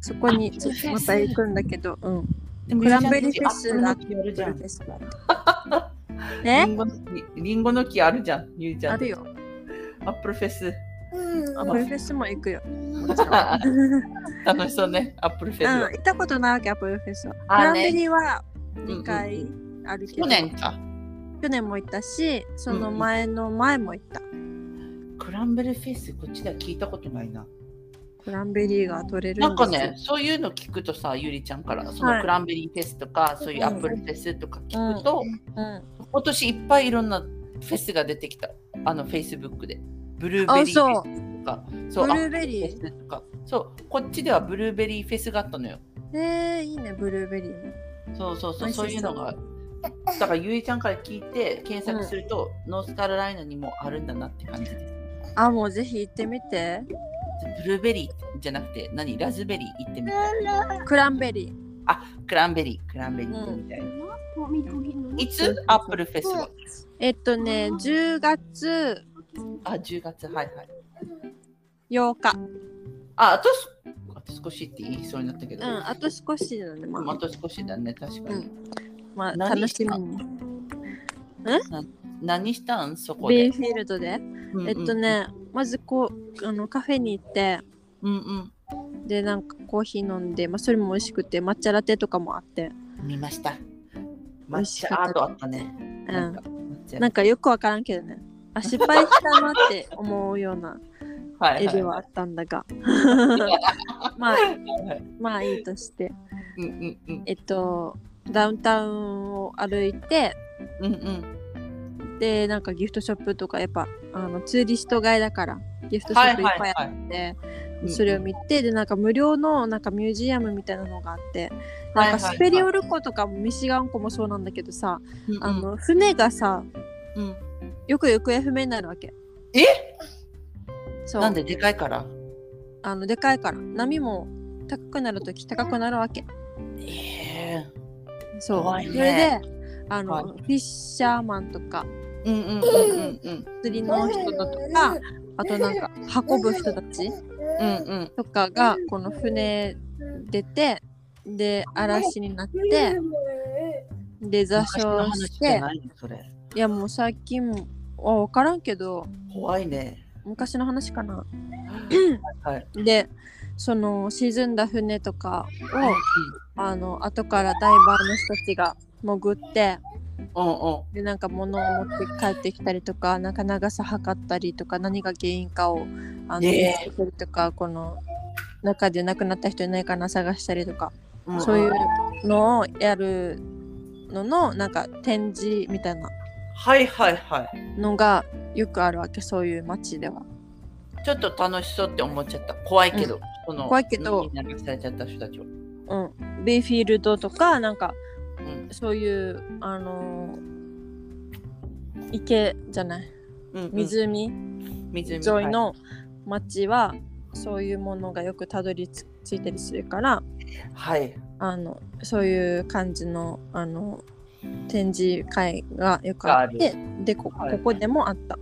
Speaker 1: そこに
Speaker 2: アップルフェス
Speaker 1: また行くんだけど、うん、
Speaker 2: でも
Speaker 1: クランベリー
Speaker 2: ゆうちゃん
Speaker 1: フェスが
Speaker 2: アップルの木やるじゃん。 リ
Speaker 1: ね
Speaker 2: ンゴの木リンゴの木あるじゃん、ゆうちゃん。
Speaker 1: あるよ。
Speaker 2: アップルフェス。
Speaker 1: アップルフェスも行くよ。
Speaker 2: 楽
Speaker 1: うん、
Speaker 2: しそうね、アップルフェスは。
Speaker 1: 行ったことないわけ、アップルフェスは。ク
Speaker 2: あ
Speaker 1: ラ
Speaker 2: ー
Speaker 1: ン
Speaker 2: ね
Speaker 1: ベリーは2回あるけど、
Speaker 2: 去年か。
Speaker 1: 去年も行ったし、その前の前も行った。
Speaker 2: クランベリーフェス、こっちでは聞いたことないな。
Speaker 1: クランベリーが取れる
Speaker 2: なんか
Speaker 1: ですよ
Speaker 2: ね、そういうの聞くとさ、ゆりちゃんから、そ
Speaker 1: はい
Speaker 2: のクランベリーフェスとか、そういうアップルフェスとか聞くと、
Speaker 1: うん、
Speaker 2: 今年いっぱいいろんなフェスが出てきた。あの、フェイスブックで。ブルーベリーフェスとか、そう
Speaker 1: ブルーベリー
Speaker 2: アップルフェスとか、そう、こっちではブルーベリーフェスがあったのよ。
Speaker 1: えー、いいね、ブルーベリーも。
Speaker 2: そうそうそ
Speaker 1: 美
Speaker 2: う、
Speaker 1: 味しそ
Speaker 2: そうういうのが。だから、ゆいちゃんから聞いて、検索すると、ノースカロライナにもあるんだなって感じです。
Speaker 1: あ、もうぜひ行ってみて。
Speaker 2: ブルーベリーじゃなくて、何ラズベリー行ってみたい。
Speaker 1: クランベリー。
Speaker 2: クランベリー、クランベリー行ってみたい。い
Speaker 1: そう
Speaker 2: つ
Speaker 1: そう
Speaker 2: アップルフェスは
Speaker 1: えっとね、10月
Speaker 2: あ、10月、はいはい。
Speaker 1: 8日。
Speaker 2: あ、あとすあと少しって言いそうになったけ
Speaker 1: うん、
Speaker 2: ど、
Speaker 1: あと少しだね。ま
Speaker 2: まああ
Speaker 1: あ、
Speaker 2: と少しだね、確か
Speaker 1: う
Speaker 2: に。
Speaker 1: んまあ、
Speaker 2: 何
Speaker 1: 楽しみに。
Speaker 2: 何したんそこ
Speaker 1: ベイ
Speaker 2: で。
Speaker 1: フィールドで。
Speaker 2: うんうん
Speaker 1: えっと。ね、まずこう、あのカフェに行って、
Speaker 2: うんうん。
Speaker 1: で、なんかコーヒー飲んで、まあ、それも美味しくて、抹茶ラテとかもあって。
Speaker 2: 見ました。
Speaker 1: 美味し
Speaker 2: 抹
Speaker 1: かった
Speaker 2: 茶アートあったね。
Speaker 1: う
Speaker 2: なん
Speaker 1: ん
Speaker 2: か。抹茶
Speaker 1: なんかよくわからんけどね。あ、失敗したなって思うような
Speaker 2: はい
Speaker 1: 絵
Speaker 2: はい
Speaker 1: ではあったんだ が。まあ、まあいいとして。
Speaker 2: うんうんうん
Speaker 1: えっと、ダウンタウンを歩いて、
Speaker 2: うんうん
Speaker 1: で、なんかギフトショップとか、やっぱあのツーリスト街だから、ギフトショ
Speaker 2: はい
Speaker 1: ップいっ
Speaker 2: はい
Speaker 1: ぱいあ
Speaker 2: は
Speaker 1: っ
Speaker 2: い
Speaker 1: て、
Speaker 2: うん。
Speaker 1: それを見て、で、なんか無料のなんかミュージアムみたいなのがあって、
Speaker 2: はい
Speaker 1: な
Speaker 2: は
Speaker 1: ん
Speaker 2: い
Speaker 1: かスペリオル湖とかもミシガン湖もそうなんだけどさ、
Speaker 2: うんうん
Speaker 1: あの船がさ、
Speaker 2: うん
Speaker 1: よく行方不明になるわけ。
Speaker 2: え
Speaker 1: そう
Speaker 2: なんででかいから
Speaker 1: あのでかいから、波も高くなるとき高くなるわけ。
Speaker 2: ええ
Speaker 1: そう。
Speaker 2: 怖いね
Speaker 1: それで、あの、
Speaker 2: はい
Speaker 1: フィッシャーマンとか、
Speaker 2: うんうんうんうん
Speaker 1: 釣りの人だとか、あとなんか運ぶ人たち
Speaker 2: うんうんうん
Speaker 1: とかがこの船出てで嵐になってで座礁し
Speaker 2: 昔の話じゃ
Speaker 1: て
Speaker 2: ないのそれ
Speaker 1: いやもう最近もは分からんけど
Speaker 2: 怖いね
Speaker 1: 昔の話かな
Speaker 2: はい
Speaker 1: でその沈んだ船とかをあの後からダイバーの人たちが潜って
Speaker 2: うんうん
Speaker 1: でなんか物を持って帰ってきたりとかなんか長さ測ったりとか何が原因かをあの、見
Speaker 2: え
Speaker 1: つけたりとかこの中で亡くなった人いないかな探したりとか、
Speaker 2: うんん
Speaker 1: そういうのをやるののなんか展示みたいな
Speaker 2: はいはいはい
Speaker 1: のがよくあるわけそういう街では。
Speaker 2: ちょっと楽しそうって思っちゃった怖いけどこの
Speaker 1: 怖いけど
Speaker 2: に流されちゃった人たちをうん
Speaker 1: うん、ベイフィールドとかなんかそういうあのー池じゃない
Speaker 2: うんうん
Speaker 1: 湖沿
Speaker 2: 水
Speaker 1: いの街はそういうものがよくたどりつついたりするから
Speaker 2: はい
Speaker 1: あのそういう感じのあの展示会がよくあって
Speaker 2: が
Speaker 1: でこ
Speaker 2: はい
Speaker 1: ここでもあった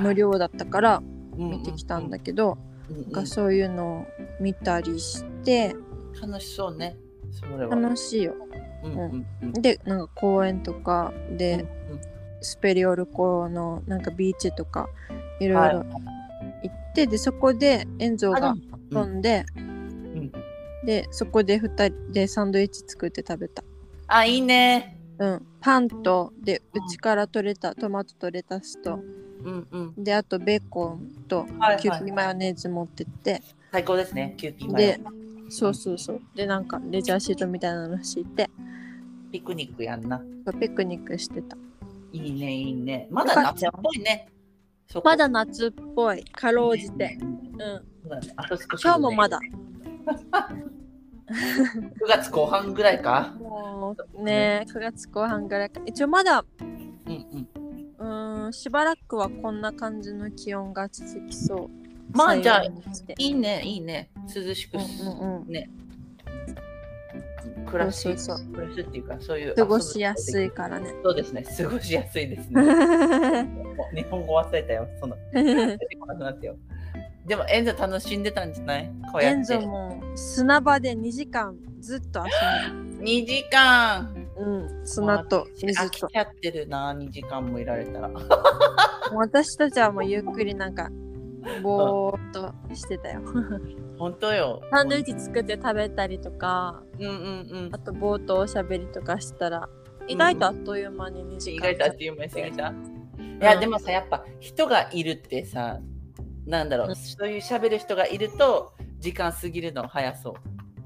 Speaker 1: 無料だったから見てきたんだ
Speaker 2: け
Speaker 1: けど、
Speaker 2: ど
Speaker 1: なんかそういうのを見たりして
Speaker 2: 楽しそうねそれは
Speaker 1: 楽しいよ。
Speaker 2: うんうんうん
Speaker 1: でなんか公園とかで、
Speaker 2: うん
Speaker 1: スペリオル湖のなんかビーチとかいろいろ
Speaker 2: は
Speaker 1: 行って、でそこで遠藤が飛んで、
Speaker 2: うん
Speaker 1: でそこで2人でサンドイッチ作って食べた、
Speaker 2: あいいね
Speaker 1: うん、パンとで
Speaker 2: うん
Speaker 1: うちから取れたトマトとレタスと
Speaker 2: うんうん
Speaker 1: であとベーコンと
Speaker 2: はい
Speaker 1: キュ
Speaker 2: は
Speaker 1: ウリ
Speaker 2: い
Speaker 1: マヨネーズ持ってって、
Speaker 2: 最高ですねキューピーマヨ
Speaker 1: でそうそうそうでなんかレジャーシートみたいなの敷いて
Speaker 2: ピクニックやんな
Speaker 1: ピクニックしてた
Speaker 2: いいねいいねま
Speaker 1: よ
Speaker 2: だ
Speaker 1: かった
Speaker 2: 夏っぽいねそこ
Speaker 1: まだ夏っぽいかろうじて、うん、
Speaker 2: そうだねあと少し
Speaker 1: 今日もま
Speaker 2: だ
Speaker 1: だ
Speaker 2: ね9月後半ぐらいか
Speaker 1: もうね9月後半ぐらいか一応まだ
Speaker 2: うんうん
Speaker 1: うん、しばらくはこんな感じの気温が続きそう。
Speaker 2: まあじゃあ
Speaker 1: 最後にして
Speaker 2: いいねいいね涼しくす
Speaker 1: うんうん
Speaker 2: ね暮らし
Speaker 1: そうそうそう
Speaker 2: 暮らすっていうかそういう
Speaker 1: 過ごしやす
Speaker 2: い
Speaker 1: いから ね。
Speaker 2: そうですね過ごしやす いですねもう日本語忘れたよその出てこなくなったよでもエンゾ楽しんでたんじゃないこうや
Speaker 1: エ
Speaker 2: って
Speaker 1: ンゾも砂場で2時間ずっと遊
Speaker 2: 2時間
Speaker 1: んでる、うん、砂と水
Speaker 2: 飽き
Speaker 1: と。
Speaker 2: ちゃってるな2時間もいられたら
Speaker 1: もう私たちはもうゆっくりなんか、ぼーっとしてたよ。
Speaker 2: 本当よ
Speaker 1: サンドイッチ作って食べたりとか、
Speaker 2: うんうんうん
Speaker 1: あとぼーっとおしゃべりとかしたら、意外とあっという間に2時
Speaker 2: 意
Speaker 1: 間
Speaker 2: 外とあっという間に過ぎた、いやでもさやっぱ人がいるってさなんだろう、
Speaker 1: うん
Speaker 2: そういう喋る人がいると時間過ぎるの早そう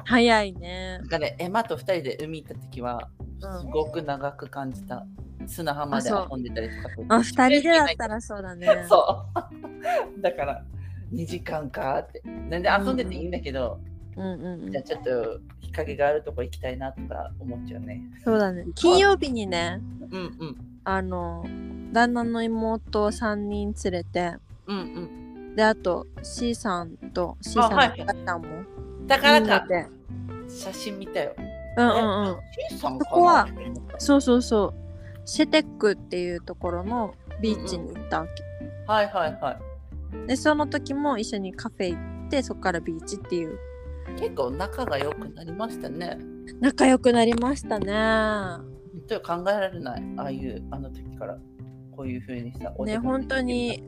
Speaker 1: 早いね。
Speaker 2: だからねエマと2人で海行った時は
Speaker 1: うん
Speaker 2: すごく長く感じた砂浜で
Speaker 1: あそう
Speaker 2: 遊んでたりとか
Speaker 1: あ、二人でだったらそうだね。
Speaker 2: そう だから2時間かってなんで遊んでていいんだけど、
Speaker 1: う。んうんうん
Speaker 2: じゃあ。ちょっと日陰があるとこ行きたいなとか思っちゃうね
Speaker 1: そうだね。金曜日にね、
Speaker 2: うんうん
Speaker 1: あの、旦那の妹を3人連れて、
Speaker 2: うんうん
Speaker 1: で、あと C さんと C さんの
Speaker 2: はい
Speaker 1: 母さんも。
Speaker 2: 宝
Speaker 1: みん
Speaker 2: か
Speaker 1: なで
Speaker 2: 写真見たよ
Speaker 1: うんうんうん。
Speaker 2: シーさんか
Speaker 1: そ
Speaker 2: な
Speaker 1: こはそうそうそう。シェテックっていうところのビーチに行ったわけ。
Speaker 2: はいはいはい
Speaker 1: で、その時も一緒にカフェ行って、そこからビーチっていう。
Speaker 2: 結構仲が良くなりましたね。
Speaker 1: 仲良くなりましたね。
Speaker 2: 本当に考えられない。ああいうあの時からこういう風にさ。お出
Speaker 1: ね、
Speaker 2: かけ
Speaker 1: 本当に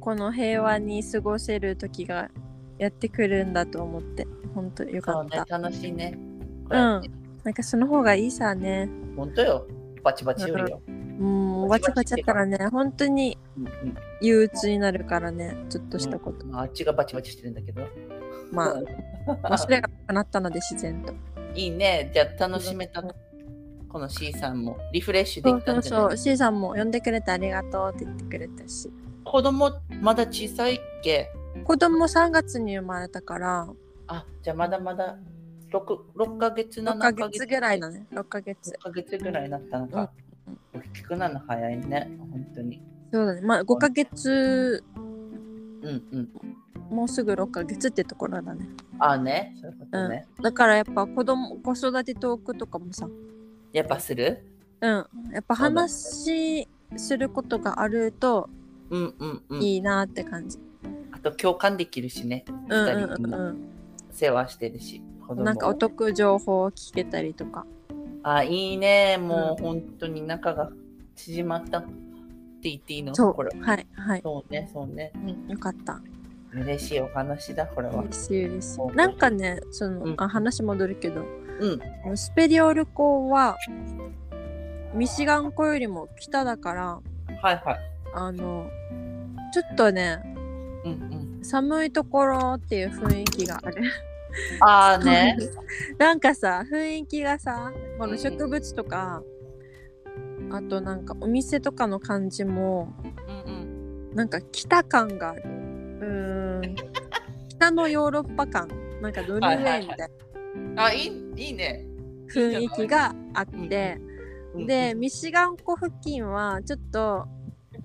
Speaker 1: この平和に過ごせる時がやってくるんだと思って、本当よか
Speaker 2: そう
Speaker 1: っ
Speaker 2: ね
Speaker 1: た。
Speaker 2: 楽しいね。こうやって
Speaker 1: なんかその方がいいさね。
Speaker 2: 本当よ。バチバチよりよ。
Speaker 1: うん、わちゃわちゃったらね、本当に
Speaker 2: うんうん
Speaker 1: 憂鬱になるからね、ちょっとしたこと。
Speaker 2: まああっちがバチバチしてるんだけど。
Speaker 1: まあ、面白くなったので自然と。
Speaker 2: いいね。じゃあ楽しめた。この C さんもリフレッシュ
Speaker 1: そ
Speaker 2: で
Speaker 1: う
Speaker 2: き
Speaker 1: そ
Speaker 2: たん
Speaker 1: う
Speaker 2: じゃない
Speaker 1: そう、C さんも呼んでくれてありがとうって言ってくれたし。
Speaker 2: 子供まだ小さいっけ
Speaker 1: 子供3月に生まれたから、
Speaker 2: あじゃあまだまだ 6, 6ヶ月7
Speaker 1: 6ヶ月ぐらいだね、6ヶ月
Speaker 2: 1。ヶ月ぐらいになったのか、大きくなるの早いね本当に
Speaker 1: そうだね、まあ5ヶ月、
Speaker 2: うんうん
Speaker 1: もうすぐ6ヶ月ってところだね。
Speaker 2: ああねそういうことね、
Speaker 1: だからやっぱ子供子育てトークとかもさ、
Speaker 2: やっぱする
Speaker 1: うん、やっぱ話することがあると
Speaker 2: うんうんうん
Speaker 1: いいなって感じ。
Speaker 2: あと共感できるしね
Speaker 1: うんうん
Speaker 2: 二人と
Speaker 1: うん
Speaker 2: も
Speaker 1: うん
Speaker 2: 世話してるし子供
Speaker 1: なんかお得情報を聞けたりとか。
Speaker 2: あいいねも
Speaker 1: う
Speaker 2: う本当に仲が縮まったって言っていいの
Speaker 1: そう
Speaker 2: これ、
Speaker 1: はいはい。
Speaker 2: そうねそうね
Speaker 1: うん、よかった。
Speaker 2: 嬉しいお話だこれは
Speaker 1: 嬉しい嬉しい。なんかね、その、
Speaker 2: うん
Speaker 1: あ話戻るけど、
Speaker 2: うん
Speaker 1: スペリオル校はミシガン湖よりも北だから、
Speaker 2: はいはい
Speaker 1: あの、ちょっとね、
Speaker 2: うんうん
Speaker 1: 寒いところっていう雰囲気がある。
Speaker 2: ああね
Speaker 1: なんかさ雰囲気がさこの植物とか、あとなんかお店とかの感じも
Speaker 2: うんうん
Speaker 1: なんか北感があるうーん北のヨーロッパ感なんかノルウェーみたいな
Speaker 2: あいいいいね
Speaker 1: 雰囲気があって、
Speaker 2: うん
Speaker 1: で
Speaker 2: うん
Speaker 1: ミシガン湖付近はちょっと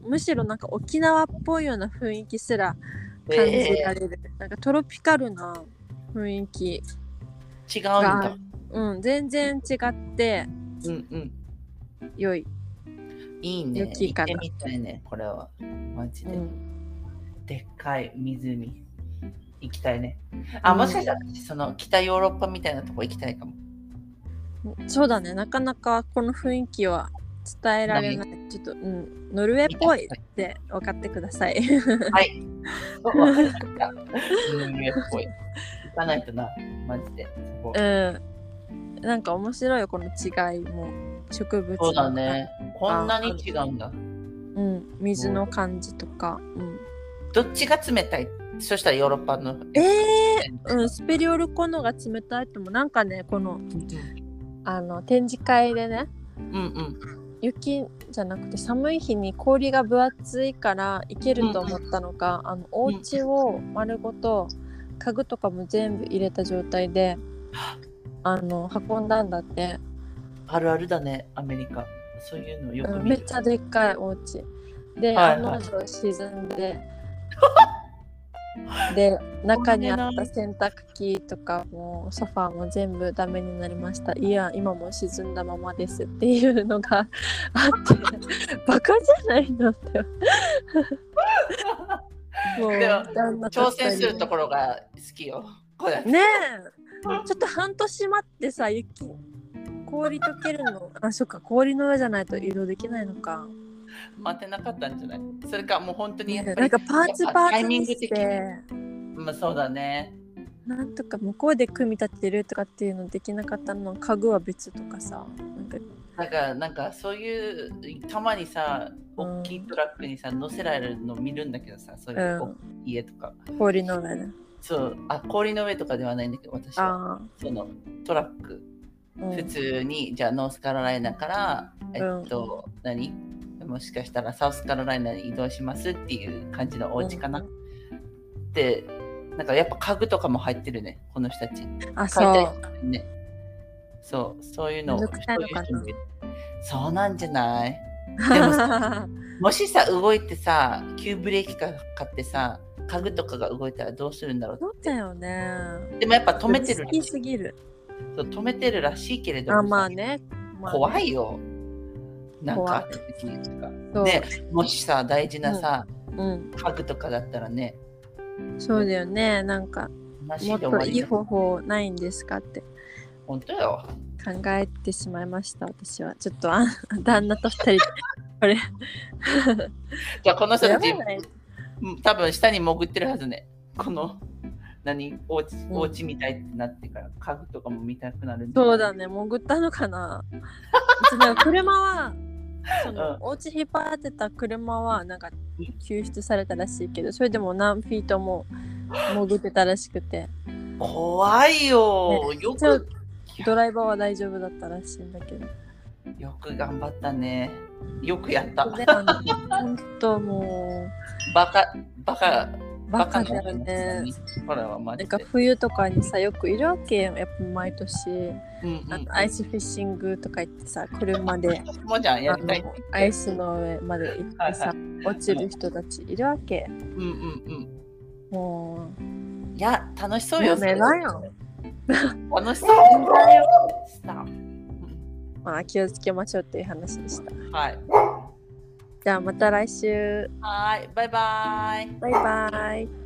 Speaker 1: むしろなんか沖縄っぽいような雰囲気すら感じられる、なんかトロピカルな雰囲気
Speaker 2: 違うんだ
Speaker 1: がうん全然違って
Speaker 2: うんうん
Speaker 1: 良い
Speaker 2: いいね。
Speaker 1: 良き
Speaker 2: 行
Speaker 1: か
Speaker 2: っ
Speaker 1: な
Speaker 2: てみたいね、これは。マジで。でっかい湖。行きたいね。あ、
Speaker 1: うん
Speaker 2: もしかしたら私、その北ヨーロッパみたいなとこ行きたい かも。
Speaker 1: そうだねなかなかこの雰囲気は伝えられないちょっと、うん、ノルウェーっぽいって分かってください
Speaker 2: はい。わかりました。海っぽい。行かないとな、マジで。そこ
Speaker 1: うんなんか面白いよこの違いも植物の
Speaker 2: そうだね。こんなに違うんだ。
Speaker 1: うん、水の感じとか、うん、
Speaker 2: どっちが冷たいそしたらヨーロッパの。
Speaker 1: えーうん、スペリオルコのが冷たいともなんかねこのあの展示会でね
Speaker 2: うんうん。
Speaker 1: 雪じゃなくて寒い日に氷が分厚いからいけると思ったのか、あのお家を丸ごと家具とかも全部入れた状態で、あの運んだんだって、
Speaker 2: あるあるだね、アメリカ。そういうのよ
Speaker 1: う
Speaker 2: く
Speaker 1: ん
Speaker 2: 見
Speaker 1: め
Speaker 2: る。
Speaker 1: っちゃでっかいお家で、
Speaker 2: はい
Speaker 1: 案
Speaker 2: はい
Speaker 1: の定沈んで で中にあった洗濯機とかもソファーも全部ダメになりましたいや今も沈んだままですっていうのが あってバカじゃないの っても
Speaker 2: でも
Speaker 1: 旦那
Speaker 2: 挑
Speaker 1: と二人で
Speaker 2: 戦するところが好きよ。これ
Speaker 1: ねえちょっと半年待ってさ雪氷溶けるのあそっか氷の上じゃないと移動できないのか
Speaker 2: 待てなかったんじゃないそれかもう本当にやっぱり
Speaker 1: なんかパーツ
Speaker 2: やっ
Speaker 1: パー
Speaker 2: ぱタ
Speaker 1: ツ
Speaker 2: イミン
Speaker 1: に
Speaker 2: グ
Speaker 1: し
Speaker 2: 的
Speaker 1: て
Speaker 2: に。まあ、そうだね。
Speaker 1: なんとか向こうで組み立てるとかっていうのできなかったの家具は別とかさなんか
Speaker 2: だからなんかそういうたまにさ
Speaker 1: うん
Speaker 2: 大きいトラックにさ乗せられるの見るんだけどさそういううん大きい家とか、
Speaker 1: 氷の上ね
Speaker 2: そうあ氷の上とかではないんだけど私は
Speaker 1: あ
Speaker 2: そのトラック
Speaker 1: あ、うん
Speaker 2: 普通にじゃあノースカロライナからえ
Speaker 1: うん
Speaker 2: っと、何もしかしたらサウスカロライナに移動しますっていう感じのお家かな、
Speaker 1: う
Speaker 2: でなんかやっぱ家具とかも入ってるねこの人たち
Speaker 1: あ
Speaker 2: 買いたい
Speaker 1: そう
Speaker 2: ねそうそういうの
Speaker 1: めんどくさいのかな
Speaker 2: そういう人もいるそうなんじゃないでも もしさ動いてさ急ブレーキかかってさ家具とかが動いたらどうするんだろう
Speaker 1: そうだよね
Speaker 2: でもやっぱ止めてる
Speaker 1: 好
Speaker 2: らし
Speaker 1: き
Speaker 2: い
Speaker 1: すぎる
Speaker 2: そう止めてるらしいけれども
Speaker 1: あ
Speaker 2: さ
Speaker 1: まあね、まあね
Speaker 2: 怖いよなん
Speaker 1: 怖
Speaker 2: かあ
Speaker 1: い
Speaker 2: った時とか
Speaker 1: そう、
Speaker 2: ねもしさ大事なさ、
Speaker 1: うん、
Speaker 2: 家具とかだったらね
Speaker 1: そうだよねなんか
Speaker 2: なし
Speaker 1: もっ
Speaker 2: で終
Speaker 1: と
Speaker 2: わ
Speaker 1: い
Speaker 2: り
Speaker 1: い方法ないんですかって
Speaker 2: 本当よ
Speaker 1: 考えてしまいました私はちょっとあ 旦那と二人でこれ
Speaker 2: じゃあこの人たち
Speaker 1: やばい
Speaker 2: うん多分下に潜ってるはずね。この何おうち
Speaker 1: ん
Speaker 2: お家みたいってなってから家具とかも見たくなるんじゃない
Speaker 1: そうだね、潜ったのかな。うちなんか車は、その
Speaker 2: うん
Speaker 1: お家引っ張ってた車は、なんか救出されたらしいけど、それでも何フィートも潜ってたらしくて、
Speaker 2: 怖いよ、よ
Speaker 1: 一応
Speaker 2: く
Speaker 1: ドライバーは大丈夫だったらしいんだけど。
Speaker 2: よく頑張ったね。よくやった。
Speaker 1: であの本当も
Speaker 2: バカバカ
Speaker 1: う、
Speaker 2: バ
Speaker 1: バ
Speaker 2: カ
Speaker 1: カ
Speaker 2: な
Speaker 1: だよね。。
Speaker 2: ほらはマ
Speaker 1: な
Speaker 2: ジ
Speaker 1: んか
Speaker 2: で。
Speaker 1: 冬とかにさ、よくいるわけよ、やっぱ毎年。
Speaker 2: うんう
Speaker 1: あ
Speaker 2: ん
Speaker 1: の。アイスフィッシングとか行ってさ、車で。
Speaker 2: 私もじゃんや
Speaker 1: あ
Speaker 2: りたい
Speaker 1: の。アイスの上まで行ってさ
Speaker 2: はい
Speaker 1: 落ちる人たちいるわけ
Speaker 2: うんうんうん。
Speaker 1: も
Speaker 2: いや楽しそうよ。
Speaker 1: やめなよ
Speaker 2: 楽しそう。スタッ
Speaker 1: う、まあ、気をつけましょうっていう話でした
Speaker 2: フはい。
Speaker 1: じゃあまた来週
Speaker 2: はい。バイバイ。
Speaker 1: バイバイ